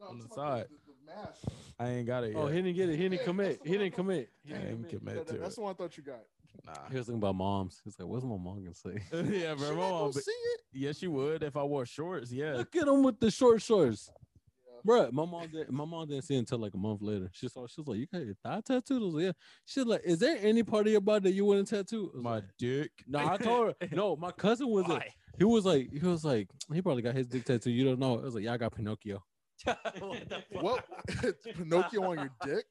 C: No,
A: On
C: I'm
A: the
C: talking about
A: side.
C: The, the mask.
A: I ain't got it yet.
D: Oh, he didn't get it. He
C: Yeah,
D: didn't commit.
C: that's the
D: He
C: one
D: didn't
A: [LAUGHS]
C: I-
D: commit. He
A: I
D: didn't
A: ain't
D: commit.
C: No,
A: committed
C: that-
A: to
C: that's
A: it.
C: the one I thought you got.
D: He was thinking about moms. He's like, what's my mom gonna say?
A: Nah. [LAUGHS] yeah,
C: Shit,
A: bro.
C: I
A: my mom
C: don't
A: be-
C: see it.
A: yes, you would if I wore shorts. Yeah.
D: Look at him with the short shorts.
C: Yeah.
D: Bruh, my mom did, my mom didn't see it until like a month later. She saw she was like, You got your thigh tattooed? I was like, Yeah. She's like, Is there any part of your body that you wouldn't tattoo? I was
A: My
D: like,
A: dick.
D: no, I told
A: [LAUGHS]
D: her. No, my cousin was a,
B: Why?
D: he was like he was like he probably got his dick tattooed. You don't know. I was like, Yeah, I got Pinocchio.
B: [LAUGHS] what the fuck?
C: [LAUGHS] What? Pinocchio on your dick?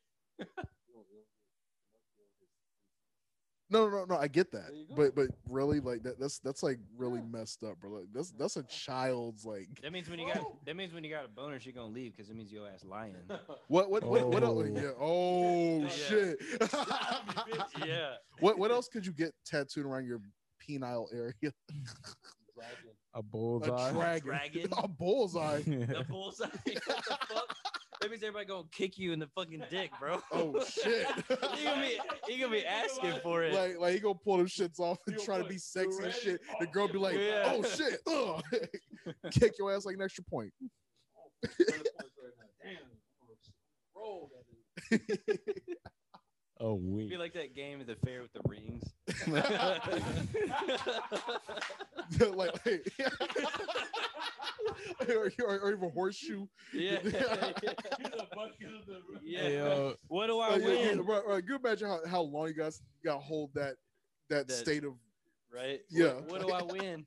C: No, no, no, no. I get that,
D: There you go.
C: but but really, like that, that's that's like really messed up, bro. Like, that's that's a child's like.
B: That means when you got that means when you got a boner, she gonna leave because it means your ass
C: [LAUGHS]
B: lying.
C: What what what what else?
A: Oh.
C: Yeah. Oh
B: Yeah.
C: shit.
B: yeah.
C: what what else could you get tattooed around your penile area?
A: A
C: A
A: bullseye.
C: dragon.
B: Dragon.
C: [LAUGHS]
A: [LAUGHS]
C: A bullseye.
B: The bullseye. [LAUGHS] what the fuck? That means everybody gonna kick you in the fucking dick, bro.
C: [LAUGHS] Oh shit.
B: you gonna be you gonna be asking for it.
C: like like he gonna pull them shits off and
E: You'll
C: try to
E: put
C: be sexy and
E: Durant-
C: shit. The girl be like,
B: Yeah.
C: oh [LAUGHS] shit, ugh. kick your ass like an extra point. [LAUGHS]
A: Oh,
B: It'd be
A: we.
B: like that game at the fair with the
C: [LAUGHS]
B: rings.
C: like, [LAUGHS] like or, or, or even horseshoe.
B: [LAUGHS] yeah.
E: [LAUGHS]
B: Yeah.
A: Yo,
B: What do I
C: Like, you- you-
B: win?
C: right, right. Can you imagine how, how long you guys got hold that that
B: That-
C: state of
B: Right?
C: Yeah.
B: What, what do I
C: [LAUGHS]
B: win?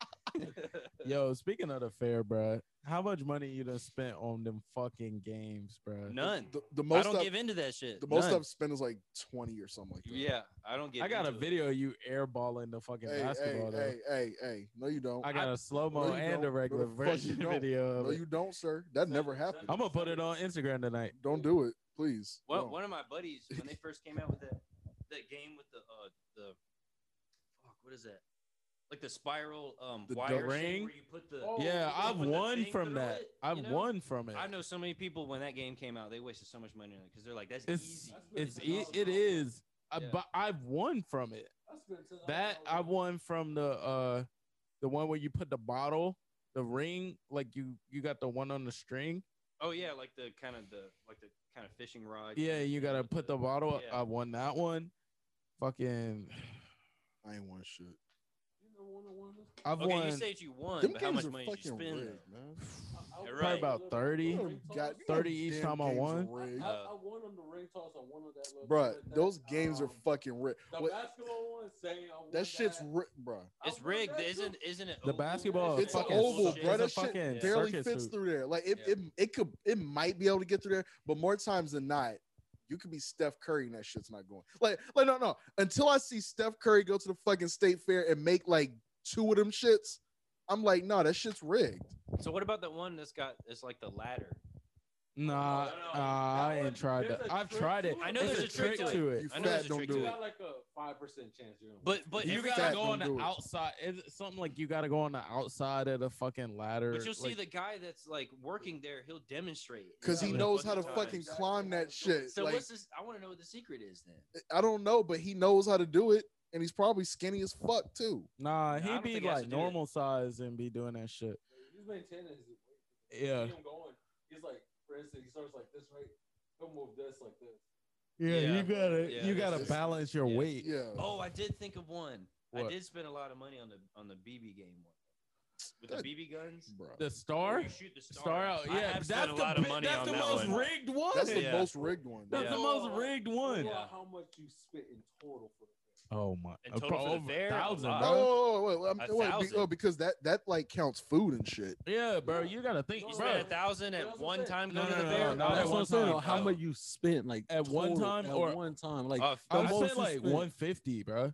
A: yo, speaking of the fair, bruh, how much money you done spent on them fucking games, bruh?
B: None.
C: the, the
B: I
C: most
B: don't
C: I've,
B: give into that shit.
C: the most
B: None.
C: I've spent is like twenty or something like that.
B: Yeah, I don't get.
A: I got a
B: into it.
A: video of you airballing the fucking
C: Hey, hey,
A: basketball, though.
C: hey, hey, hey. No, you don't.
A: I got a slow mo
C: No, you
A: and a
C: don't.
A: regular
C: No, the fuck you
A: version
C: don't.
A: video. of
C: no,
A: it.
C: you don't, sir. That never happened.
A: I'm gonna put it on Instagram tonight.
C: Don't do it, please.
B: One,
C: No.
B: one of my buddies when they first came out with that that game with the uh the fuck what is that like the spiral um
C: The
B: wire
A: the
B: shit
A: ring?
B: where you put the
E: Oh.
A: yeah,
B: you
A: I've
B: put the
A: won
B: thing
A: from
B: through
A: that.
B: it, you
A: I've
B: know?
A: won from it.
B: I know so many people when that game came out they wasted so much money on it because they're like that's
A: It's
B: easy.
A: it's e- it is. I,
B: Yeah.
A: but I've won from it. That I won from the uh the one where you put the bottle, the ring, like you you got the one on the string.
B: Oh yeah, like the kind of the like the kind of fishing rod.
A: Yeah, you gotta put the bottle.
B: Yeah.
A: I won that one. Fucking,
C: I ain't want shit.
A: I've
B: Okay, you
A: won
B: said you won,
C: Them
B: but how
C: games
B: much
C: are
B: money did you
C: fucking
B: spend?
C: rigged, man.
A: probably about thirty.
C: Them got- them
A: 30 each
C: damn
A: time I
C: games are
A: won?
C: rigged.
E: I,
B: Uh,
E: I won on the ring toss. I won on that. little
C: Bruh,
E: shit that-
C: those games are
E: um,
C: fucking rigged.
E: The
C: What-
E: basketball one saying I won
C: That shit's [LAUGHS]
E: that. [LAUGHS]
C: rigged, bruh.
E: I
B: It's
E: won
B: rigged,
E: that
B: isn't
E: too.
B: isn't it?
A: the
B: oval?
A: basketball. is
C: It's an
A: fucking
C: oval,
A: shit.
C: bro. That
A: It's a
C: shit
A: fucking
B: Yeah.
C: barely
A: circus
C: fits
A: hoop.
C: through there. Like it,
B: Yeah.
C: it, it could, it might be able to get through there, but more times than not, you could be Steph Curry and that shit's not going. Like, like no, no. Until I see Steph Curry go to the fucking state fair and make like two of them shits, I'm like, no, that shit's rigged.
B: So what about the one that's got it's like the ladder?
A: Nah,
E: No, no,
A: nah, I
E: that one-
A: ain't tried
E: there's
A: that.
E: a
A: I've
E: trick
A: tried
E: to
A: it.
E: it.
B: I know
A: It's
B: there's a trick to it.
C: You
B: I know there's
C: fat,
B: a
C: don't
B: trick
C: do
E: You
B: to
C: it.
E: got like a five percent chance. You know.
B: But but
C: You
A: You
B: every-
C: fat
A: gotta go on
C: don't do
A: the
C: it.
A: outside. It's something like you gotta go on the outside of the fucking ladder.
B: But you'll see
A: like-
B: the guy that's like working there. He'll demonstrate
C: Cause he
B: Yeah.
C: knows
B: Bunch
C: how to
B: of times.
C: fucking climb that shit.
B: So
C: like,
B: what's this? I want to know what the secret is then.
C: I don't know, but he knows how to do it, and he's probably skinny as fuck too.
A: Nah,
B: Nah, I don't
A: he'd be
B: think I
A: like
B: should do that.
A: normal size and be doing that shit.
E: He's maintaining his weight.
A: Yeah.
E: See him going. He's like, for instance, he starts like this, right? He'll move this like this.
A: Yeah,
B: Yeah.
A: you gotta
B: Yeah,
A: you
B: it's
A: gotta
C: just-
A: balance your
B: yeah.
A: weight.
C: Yeah.
B: Oh, I did think of one. I
A: What?
B: did spend a lot of money on the on the BB game one with
C: That-
B: the BB guns.
C: Bro.
A: The
B: Where
A: star,
B: you shoot the star,
A: star out.
B: I
A: Yeah,
B: have
A: that's
B: spent
A: the
B: a lot of
A: bi-
B: money
A: that's
B: on
A: the
B: that
A: most
B: one.
A: rigged one.
C: That's the
B: Yeah.
C: most rigged one.
A: That's
B: Yeah.
A: the most rigged one.
E: Figure
B: Yeah.
E: out How much you spit in total for the
A: Oh my!
B: And total for the fair, a
A: thousand,
B: lot.
A: bro.
C: Oh, wait, wait, wait, I'm-
B: A
C: wait, be-
B: thousand.
C: oh, because that that like counts food and shit.
A: Yeah, bro, you gotta think,
B: You
E: You
A: bro.
B: spent a thousand
E: That's
B: at
E: what
B: one
E: I'm saying.
B: time
A: No,
B: going
A: no,
B: to the
A: no,
B: fair.
A: no, no,
D: that's
A: at
D: what
A: one
D: I'm saying.
A: time.
D: though, How
A: Oh.
D: much you spent? Like
A: At one
D: total,
A: time
D: at
A: or-
D: one time? Like
B: Oh,
D: the
A: I
B: fuck.
D: most
A: said
D: you
A: like
D: spent.
A: one fifty, bro.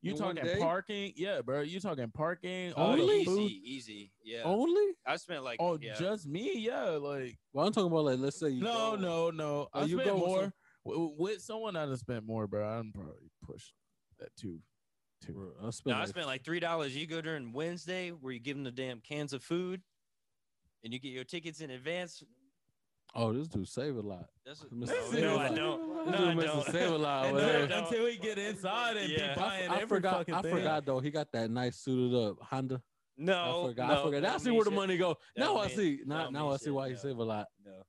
A: You
D: In one
A: talking
D: day?
A: parking? Yeah, bro. You talking parking? All
B: oh,
A: the
D: Only? Oh.
B: easy,
A: food?
B: easy. Yeah,
D: only.
B: I spent like
A: Oh,
B: yeah.
A: just me? Yeah, like
D: Well, I'm talking about like let's say you
A: no,
D: go-
A: no, no.
D: Oh,
A: I
D: you
A: spent
D: go with
A: more
D: some-
A: W- with someone. I'd have spent more, bro. I'm probably pushed that too.
D: Bro, I spent,
B: No, I
D: like,
B: spent like three dollars. You go during Wednesday where you give them the damn cans of food, and you get your tickets in advance.
D: Oh, this dude save a lot.
B: That's what,
D: Mr.
B: no,
A: Save a
B: no, I
A: Lot.
B: don't.
D: This
B: No, I
D: dude
B: don't.
D: Mr. Save
A: [LAUGHS]
D: a lot.
B: And
D: man.
B: then-
E: don't.
A: until we get inside and
B: Yeah.
A: be
D: I,
A: buying
D: f- I
A: every
D: forgot.
A: fucking
D: I
A: thing.
D: forgot though. He got that nice suited up Honda.
B: No,
D: I forgot.
B: No,
D: I forgot.
B: that
D: Now I
B: don't
D: see
B: mean
D: where the
B: shit.
D: money go.
B: That
D: now
B: don't
D: I
B: mean-
D: see.
B: that
D: Now,
B: don't
D: now
B: mean
D: I see
B: shit,
D: why he
B: no.
D: save a lot.
B: No.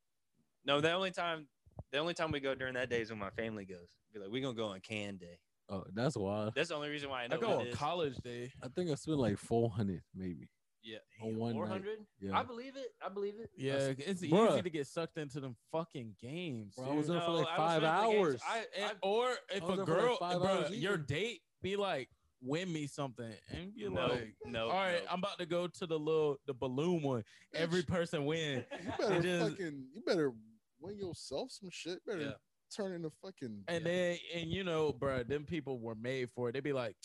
B: No, the only time the only time we go during that day is when my family goes. Be like, we're gonna go on can day.
D: Oh, that's why.
B: That's the only reason why I know.
A: I go
B: what
A: on
B: it is.
A: college day.
D: I think I spent like four hundred, maybe.
B: Yeah.
D: on one night.
B: 400?
D: Yeah.
B: I believe it. I believe it.
A: Yeah,
D: That's-
A: it's
D: Bruh.
A: easy to get sucked into them fucking games.
D: Bro, I was
A: dude.
D: up for
B: No,
D: like
B: I was
D: five
B: up against-
D: hours. [LAUGHS]
B: I- I-
A: And- or if
D: I was
A: a
D: up for, like,
A: girl,
D: five
A: bro,
D: hours
A: your
D: eating.
A: date be like, win me something, and be
B: no,
A: like,
B: no.
A: all right,
B: no.
A: I'm about to go to the little the balloon one.
B: [LAUGHS]
A: Every person win.
C: You better
A: It is-
C: fucking. You better win yourself some shit. You better
B: Yeah.
C: turn into fucking.
A: And then, and you know, bro, them people were made for it. They'd be like,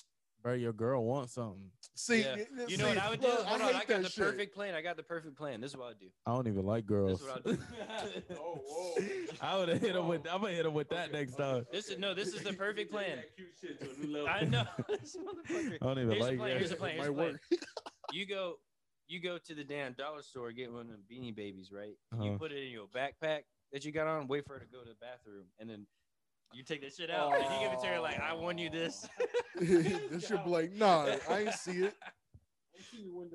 A: bro, your girl wants something.
C: see,
B: Yeah.
C: y- y-
B: You know what
C: see,
B: I would do?
C: look,
B: Hold
C: I
B: on,
C: hate
B: I got
C: that
B: the
C: shit.
B: perfect plan. I got the perfect plan. This is what I do.
A: I don't even like girls.
B: This is what
A: [LAUGHS]
B: I do.
E: Oh, whoa.
A: I would have hit him with. I'm gonna hit him with [LAUGHS] that next time.
B: This is no. This is the perfect plan.
E: Cute shit to a new level.
B: I know. [LAUGHS] This motherfucker.
A: I don't even
B: Here's the
A: like
B: plan. Here's the [LAUGHS]
A: that. [LAUGHS]
B: plan. Here's
C: Might
B: the plan. You go. You go to the damn dollar store, get one of them beanie babies, right? You
A: Uh-huh.
B: put it in your backpack that you got on, wait for her to go to the bathroom, and then you take that shit out, and you give it to her like, "I won you this." [LAUGHS]
C: [LAUGHS] this shit be like, nah, I ain't see it.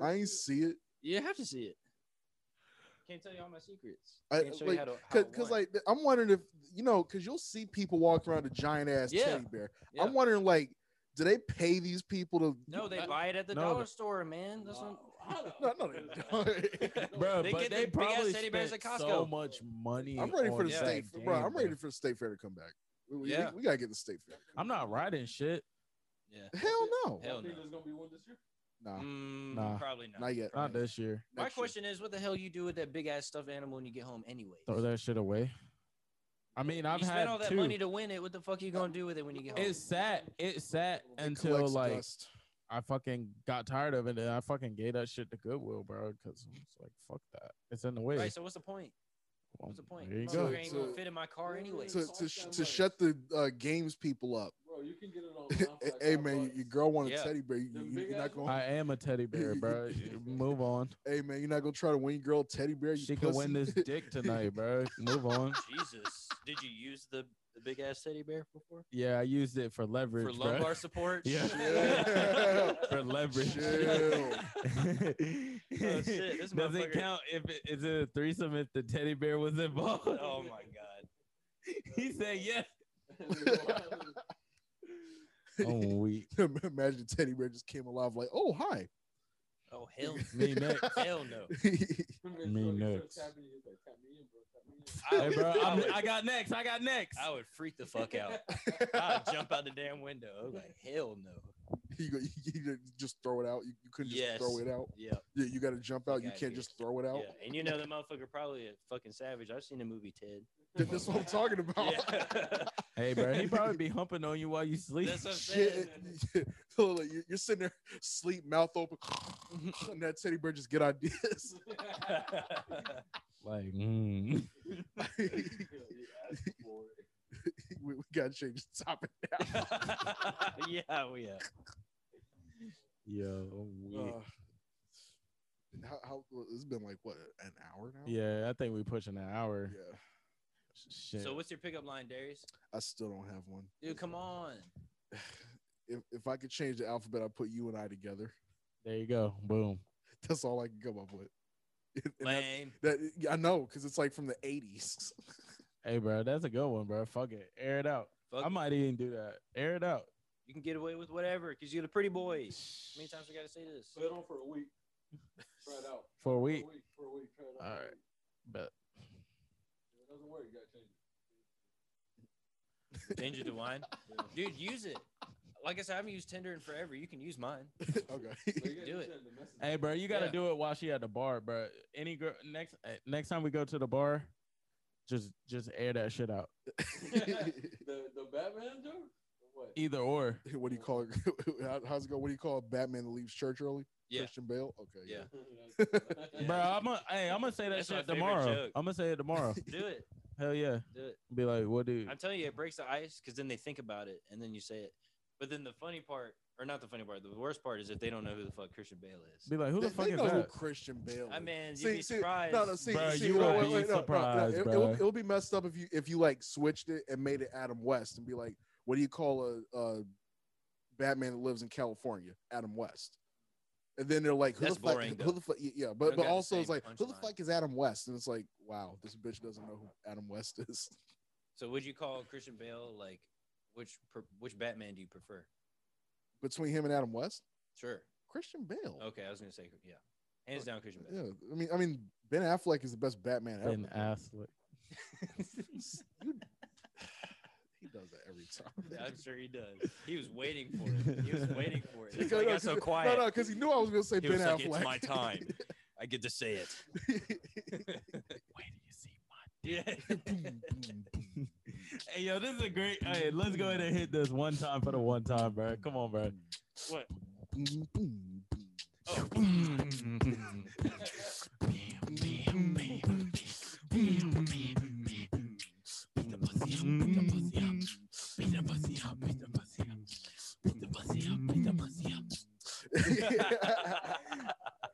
C: I ain't see it.
B: you have to see it. Can't tell you all my secrets.
C: I-
B: Can't show
C: like,
B: you how to. How
C: Cause,
B: to
C: 'cause,
B: win.
C: like, th- I'm wondering if you know, cause you'll see people walk around a giant ass
B: Yeah.
C: teddy bear.
B: Yeah.
C: I'm wondering, like, do they pay these people to?
B: no,
C: [LAUGHS]
B: they
A: I-
B: buy it at the
A: No,
B: dollar
A: but-
B: store, man. That's what-
C: no, no, they
E: [LAUGHS]
B: [LAUGHS]
C: don't.
A: Bro,
B: They
A: but
B: get the
A: they
B: big-ass
A: probably
B: teddy bears
A: spent
B: at
A: so
B: Costco.
A: much money.
C: I'm ready for
A: on
C: the
B: Yeah.
A: that
C: state, bro.
A: game,
C: I'm ready for the state fair to come back. We, we-
B: Yeah.
C: we gotta get the state fair.
A: I'm not riding shit.
B: Yeah.
C: Hell no,
B: Hell no.
E: There's gonna be one this year.
C: nah,
B: Mm,
A: Nah.
B: Probably not.
C: not yet.
A: Not this year.
B: My
C: Next year.
B: question is, what the hell you do with that big ass stuffed animal when you get home, anyway?
A: Throw that shit away. I mean, I've
B: you
A: had
B: spent all that
A: two.
B: money to win it. What the fuck you gonna do with it when you get home?
A: It sat. It sat
C: It
A: eh, until
C: collects
A: like
C: dust.
A: I fucking got tired of it, and I fucking gave that shit to Goodwill, bro. Because it's like, fuck that. It's in the way.
B: Right. So what's the point?
A: Well,
B: What's the point?
A: There you
B: Motherfucker
A: go.
C: So-
B: ain't gonna
C: so-
B: fit in my car anyway.
C: to to, sh- to shut the uh, games people up. [LAUGHS]
E: Bro, you can get it on.
C: hey man, your girl want a
B: Yeah.
C: teddy bear. You,
E: Them
C: you,
E: big
C: you're
E: ass
C: not gonna.
A: I am a teddy bear,
C: [LAUGHS]
A: bro. Move on.
C: hey man, you're not gonna try to win your girl a teddy bear. You
A: She can win
C: pussy.
A: this
C: [LAUGHS]
A: dick tonight, bro. Move on.
B: Jesus, did you use the, the big ass teddy bear before
A: Yeah, I used it for leverage,
B: for lumbar
A: [LAUGHS] bro.
B: support?
A: Yeah.
C: Yeah.
A: for
B: [LAUGHS]
A: leverage. [LAUGHS]
C: [LAUGHS] Chill.
B: Oh, shit, this
A: Does
B: motherfucker-
A: it count if it is it a threesome if the teddy bear was involved?
B: oh my god.
A: [LAUGHS] he said yes. [LAUGHS]
E: That's
A: I'm weak.
C: Imagine the teddy bear just came alive like, oh hi. [LAUGHS]
B: Oh hell,
A: Me next.
B: hell no.
A: Me next. Hey, bro,
B: I,
A: I'm,
B: would,
A: I got next. I got next.
B: I would freak the fuck
C: [LAUGHS]
B: out. I'd jump out the damn window. I was like, hell no.
C: [LAUGHS] you, go- you go- just throw it out. You, you couldn't just
B: Yes.
C: throw it out.
B: Yeah,
C: You, you got to jump out. You
B: gotta
C: can't
B: do
C: just throw it out.
B: yeah. And you know the motherfucker probably a fucking savage. I've seen the movie Ted.
C: That's what I'm talking about.
B: [LAUGHS] Yeah.
A: hey, bro, he probably be humping on you while you sleep.
B: That's what I'm saying.
C: [LAUGHS] Shit. So, like, you- [LAUGHS] You're sitting there, sleep, mouth
B: [LAUGHS]
C: open, [LAUGHS] and that teddy bear just get ideas. [LAUGHS]
A: Like, mm.
C: we, we gotta change the topic
B: [LAUGHS]
C: now. [LAUGHS]
B: yeah,
C: oh,
B: we are.
A: yo, I'm weak.
C: Uh, how, how it's been like what an hour now?
A: yeah, I think we pushing an hour.
C: yeah.
A: Shit.
B: So what's your pickup line, Darius?
C: I still don't have one.
B: Dude, come on.
C: [SIGHS] If if I could change the alphabet, I'd put you and I together. [LAUGHS]
A: there you go. Boom.
C: That's all I can come up with. [LAUGHS] And that,
B: Lame.
C: that- I know because it's like from the '80s.
A: Hey, bro, that's a good one, bro. Fuck it. Air it out.
B: Fuck
A: I
B: it.
A: might even do that. Air it out.
B: You can get away with whatever because you're the pretty boy. How many times we gotta say this?
E: Put it on for a week. Try it out.
A: For a
E: For
A: week.
E: For a week. Try it out.
A: All right. But
E: If it doesn't work, you gotta change it.
B: Change it to wine, [LAUGHS] dude. Use it. Like I said, I haven't used Tinder in forever. You can use mine.
E: But you
C: [LAUGHS] okay. [LAUGHS]
E: gotta
B: Do
E: send
B: it.
E: the message.
A: hey, bro, you gotta
B: Yeah.
A: do it while she at the bar, bro. Any girl next eh, next time we go to the bar, just just air that shit out.
E: the the Batman joke? Or What?
A: Either
B: [LAUGHS]
A: or.
C: what do you call it? [LAUGHS] How, how's it go? What do you call it? Batman that leaves church early?
B: Yeah.
C: Christian Bale? Okay.
B: Yeah.
A: [LAUGHS]
E: [LAUGHS]
A: Bro, I'm gonna hey, I'm gonna say that
B: That's my
A: shit
B: favorite
A: tomorrow.
B: joke.
A: I'm gonna say it tomorrow.
B: [LAUGHS] Do it.
A: Hell yeah.
B: Do it.
A: Be like, what do
B: I'm telling you, it breaks the ice because then they think about it and then you say it. But then the funny part, or not the funny part, the worst part is if they don't know who the fuck Christian Bale is.
A: be like, who
C: They,
A: the fuck
C: they
A: is
C: know who
A: that?
C: Christian Bale
B: I
C: is.
B: mean, you'd
C: See,
B: be
C: see,
B: surprised.
C: No, no, see,
A: Bruh,
C: see,
A: you
C: no,
A: will
C: wait,
A: be
C: wait, no, no, no,
A: surprised,
C: It, it, will,
A: bruh.
C: it will be messed up if you if you like switched it and made it Adam West and be like, what do you call a, a Batman that lives in California? Adam West. And then they're like, who
B: That's
C: the fuck?
B: boring,
C: who
B: though.
C: the fuck? Yeah,
B: They don't
C: but but
B: got the
C: also it's
B: same
C: like, who the
B: punchline.
C: fuck is Adam West? And it's like, wow, this bitch doesn't know who Adam West is. [LAUGHS]
B: So would you call Christian Bale like which per, which Batman do you prefer?
C: Between him and Adam West,
B: Sure.
C: Christian Bale.
B: Okay, I was gonna say yeah. Hands down, Christian Bale.
C: [LAUGHS] Yeah, I mean, I mean, Ben Affleck is the best Batman ever.
A: Ben Affleck.
B: [LAUGHS]
C: You- he does that every time.
B: I'm sure he does. He was waiting for it. He was waiting for it. That's why [LAUGHS] he
C: No,
B: got so
C: no,
B: quiet.
C: No, no, because he knew I was gonna say
B: He
C: Ben
B: was like,
C: Affleck.
B: "It's my
C: [LAUGHS]
B: time. I get to say it.
A: Wait do you see
B: [LAUGHS] Yeah. [LAUGHS]
C: Boom, boom, boom.
A: Hey, yo, this is a great. Hey, let's go ahead and hit this one time for the one time, bro. Come on, bro.
D: Boom, boom, boom.
A: [LAUGHS]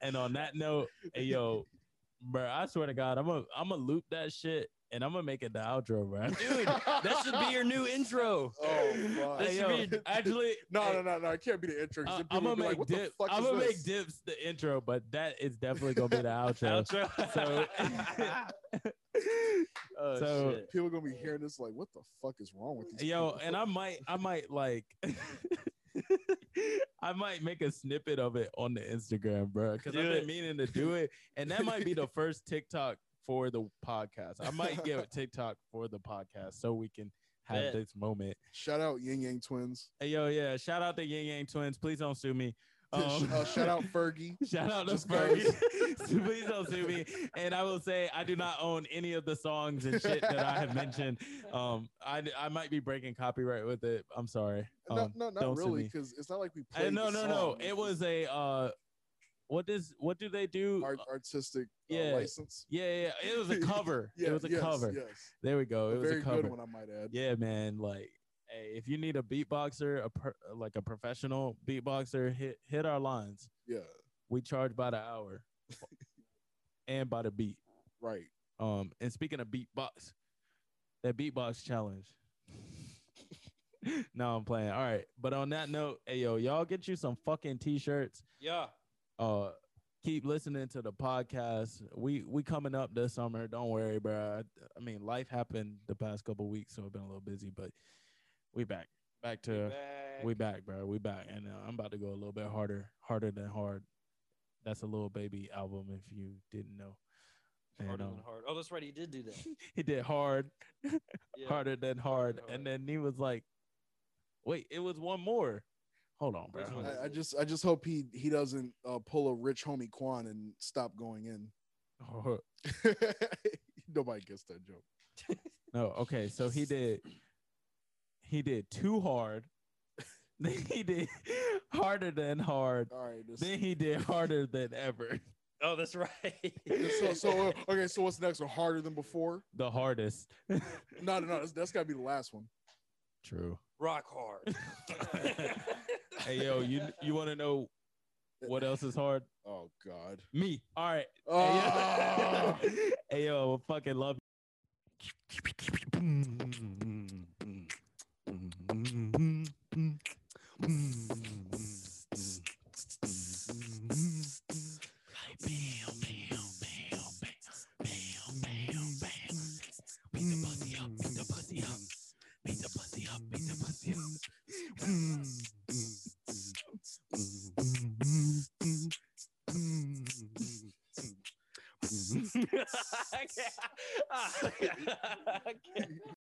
A: And on that note, hey, yo, bro, I swear to God, I'm gonna I'm gonna loop that shit and I'm gonna make it the outro, bro.
B: Dude, that should be your new intro. [LAUGHS]
C: oh
B: That
A: Hey,
C: my.
B: should
A: yo,
B: be-
A: actually,
C: [LAUGHS] No,
A: hey,
C: no, no, no! It can't be the intro. 'cause
A: I-
C: then people
A: I'm
C: will
A: gonna make
C: be like, what the
A: dips.
C: fuck
A: I'm
C: is
A: gonna make
C: this?
A: dips the intro, but that is definitely gonna be the outro.
B: Outro.
A: [LAUGHS]
B: [LAUGHS]
A: So-
B: oh,
A: So-
B: shit.
C: People gonna be hearing this like, what the fuck is wrong with these?
A: Yo,
C: people?
A: and I might, I might like, [LAUGHS] I might make a snippet of it on the Instagram, bro, because
B: Do
A: I've been
B: it.
A: meaning to do it, and that might
B: [LAUGHS]
A: be the first TikTok for the podcast. I might get a TikTok for the podcast so we can have
B: Bet.
A: this moment.
C: shout out Yin Yang
A: [LAUGHS]
C: Twins.
A: Hey, yo, yeah, shout out to Yang Yang Twins. Please don't sue
C: [LAUGHS]
A: me. Um,
C: Uh, shout out Fergie.
A: [LAUGHS] Shout out to
C: Just
A: Fergie. [LAUGHS] Please don't sue me. And I will say I do not own any of the songs and shit that I have mentioned. Um, I I might be breaking copyright with it. I'm sorry. Um,
C: no, no,
A: don't
C: not
A: sue
C: really,
A: me.
C: because it's not like we
A: I-
C: played.
A: no,
C: the
A: no, no.
C: song.
A: It
C: [LAUGHS]
A: was a uh, what does what do they do?
C: Art, artistic uh,
A: Yeah.
C: license.
A: yeah, yeah, yeah. It was a cover.
C: [LAUGHS] Yeah,
A: it was a
C: yes,
A: cover.
C: Yes,
A: There we go.
C: a
A: It was
C: very
A: a cover.
C: good one, I might add.
A: Yeah, man. Like, hey, if you need a beatboxer, a per, like a professional beatboxer, hit hit our lines.
C: Yeah,
A: We charge by the hour, and by the beat.
C: right.
A: Um, and speaking of beatbox, that beatbox challenge. [LAUGHS] no, I'm playing. All right, but on that note, hey yo, y'all get you some fucking t-shirts.
B: Yeah.
A: Uh, keep listening to the podcast. We we coming up this summer. Don't worry, bro. I, I mean, life happened the past couple weeks, so I've been a little busy, but we back, back to
B: Back.
A: Uh, we back, bro. We back, and uh, I'm about to go a little bit harder, harder than hard. That's a little baby album, if you didn't know. [LAUGHS] And,
B: Harder
A: um,
B: than hard. Oh, that's right. He did
A: [LAUGHS]
B: do that.
A: he did hard,
B: Yeah.
A: harder than
B: Harder
A: hard,
B: than
A: and then he was like, "Wait, it was one more." Hold on, bro.
B: Which one?
C: I, I just, I just hope he he doesn't uh, pull a rich homie Quan and stop going in. [LAUGHS] Nobody gets that joke.
A: no, okay. So he did. He did too hard. [LAUGHS] Then he did harder than hard.
C: All right. This,
A: Then he did harder than ever. [LAUGHS]
B: Oh, that's right. [LAUGHS]
C: so, so uh, okay. So what's next? One harder than before?
A: The hardest.
C: No, no, no. That's, that's gotta be the last one.
A: True.
B: Rock hard. [LAUGHS]
A: Hey yo, you you want to know what else is hard?
C: Oh God.
A: Me. All right. [LAUGHS]
C: Uh, [LAUGHS] Oh.
A: Hey, yo. hey yo, fucking love.
B: [LAUGHS] I can't- I can't-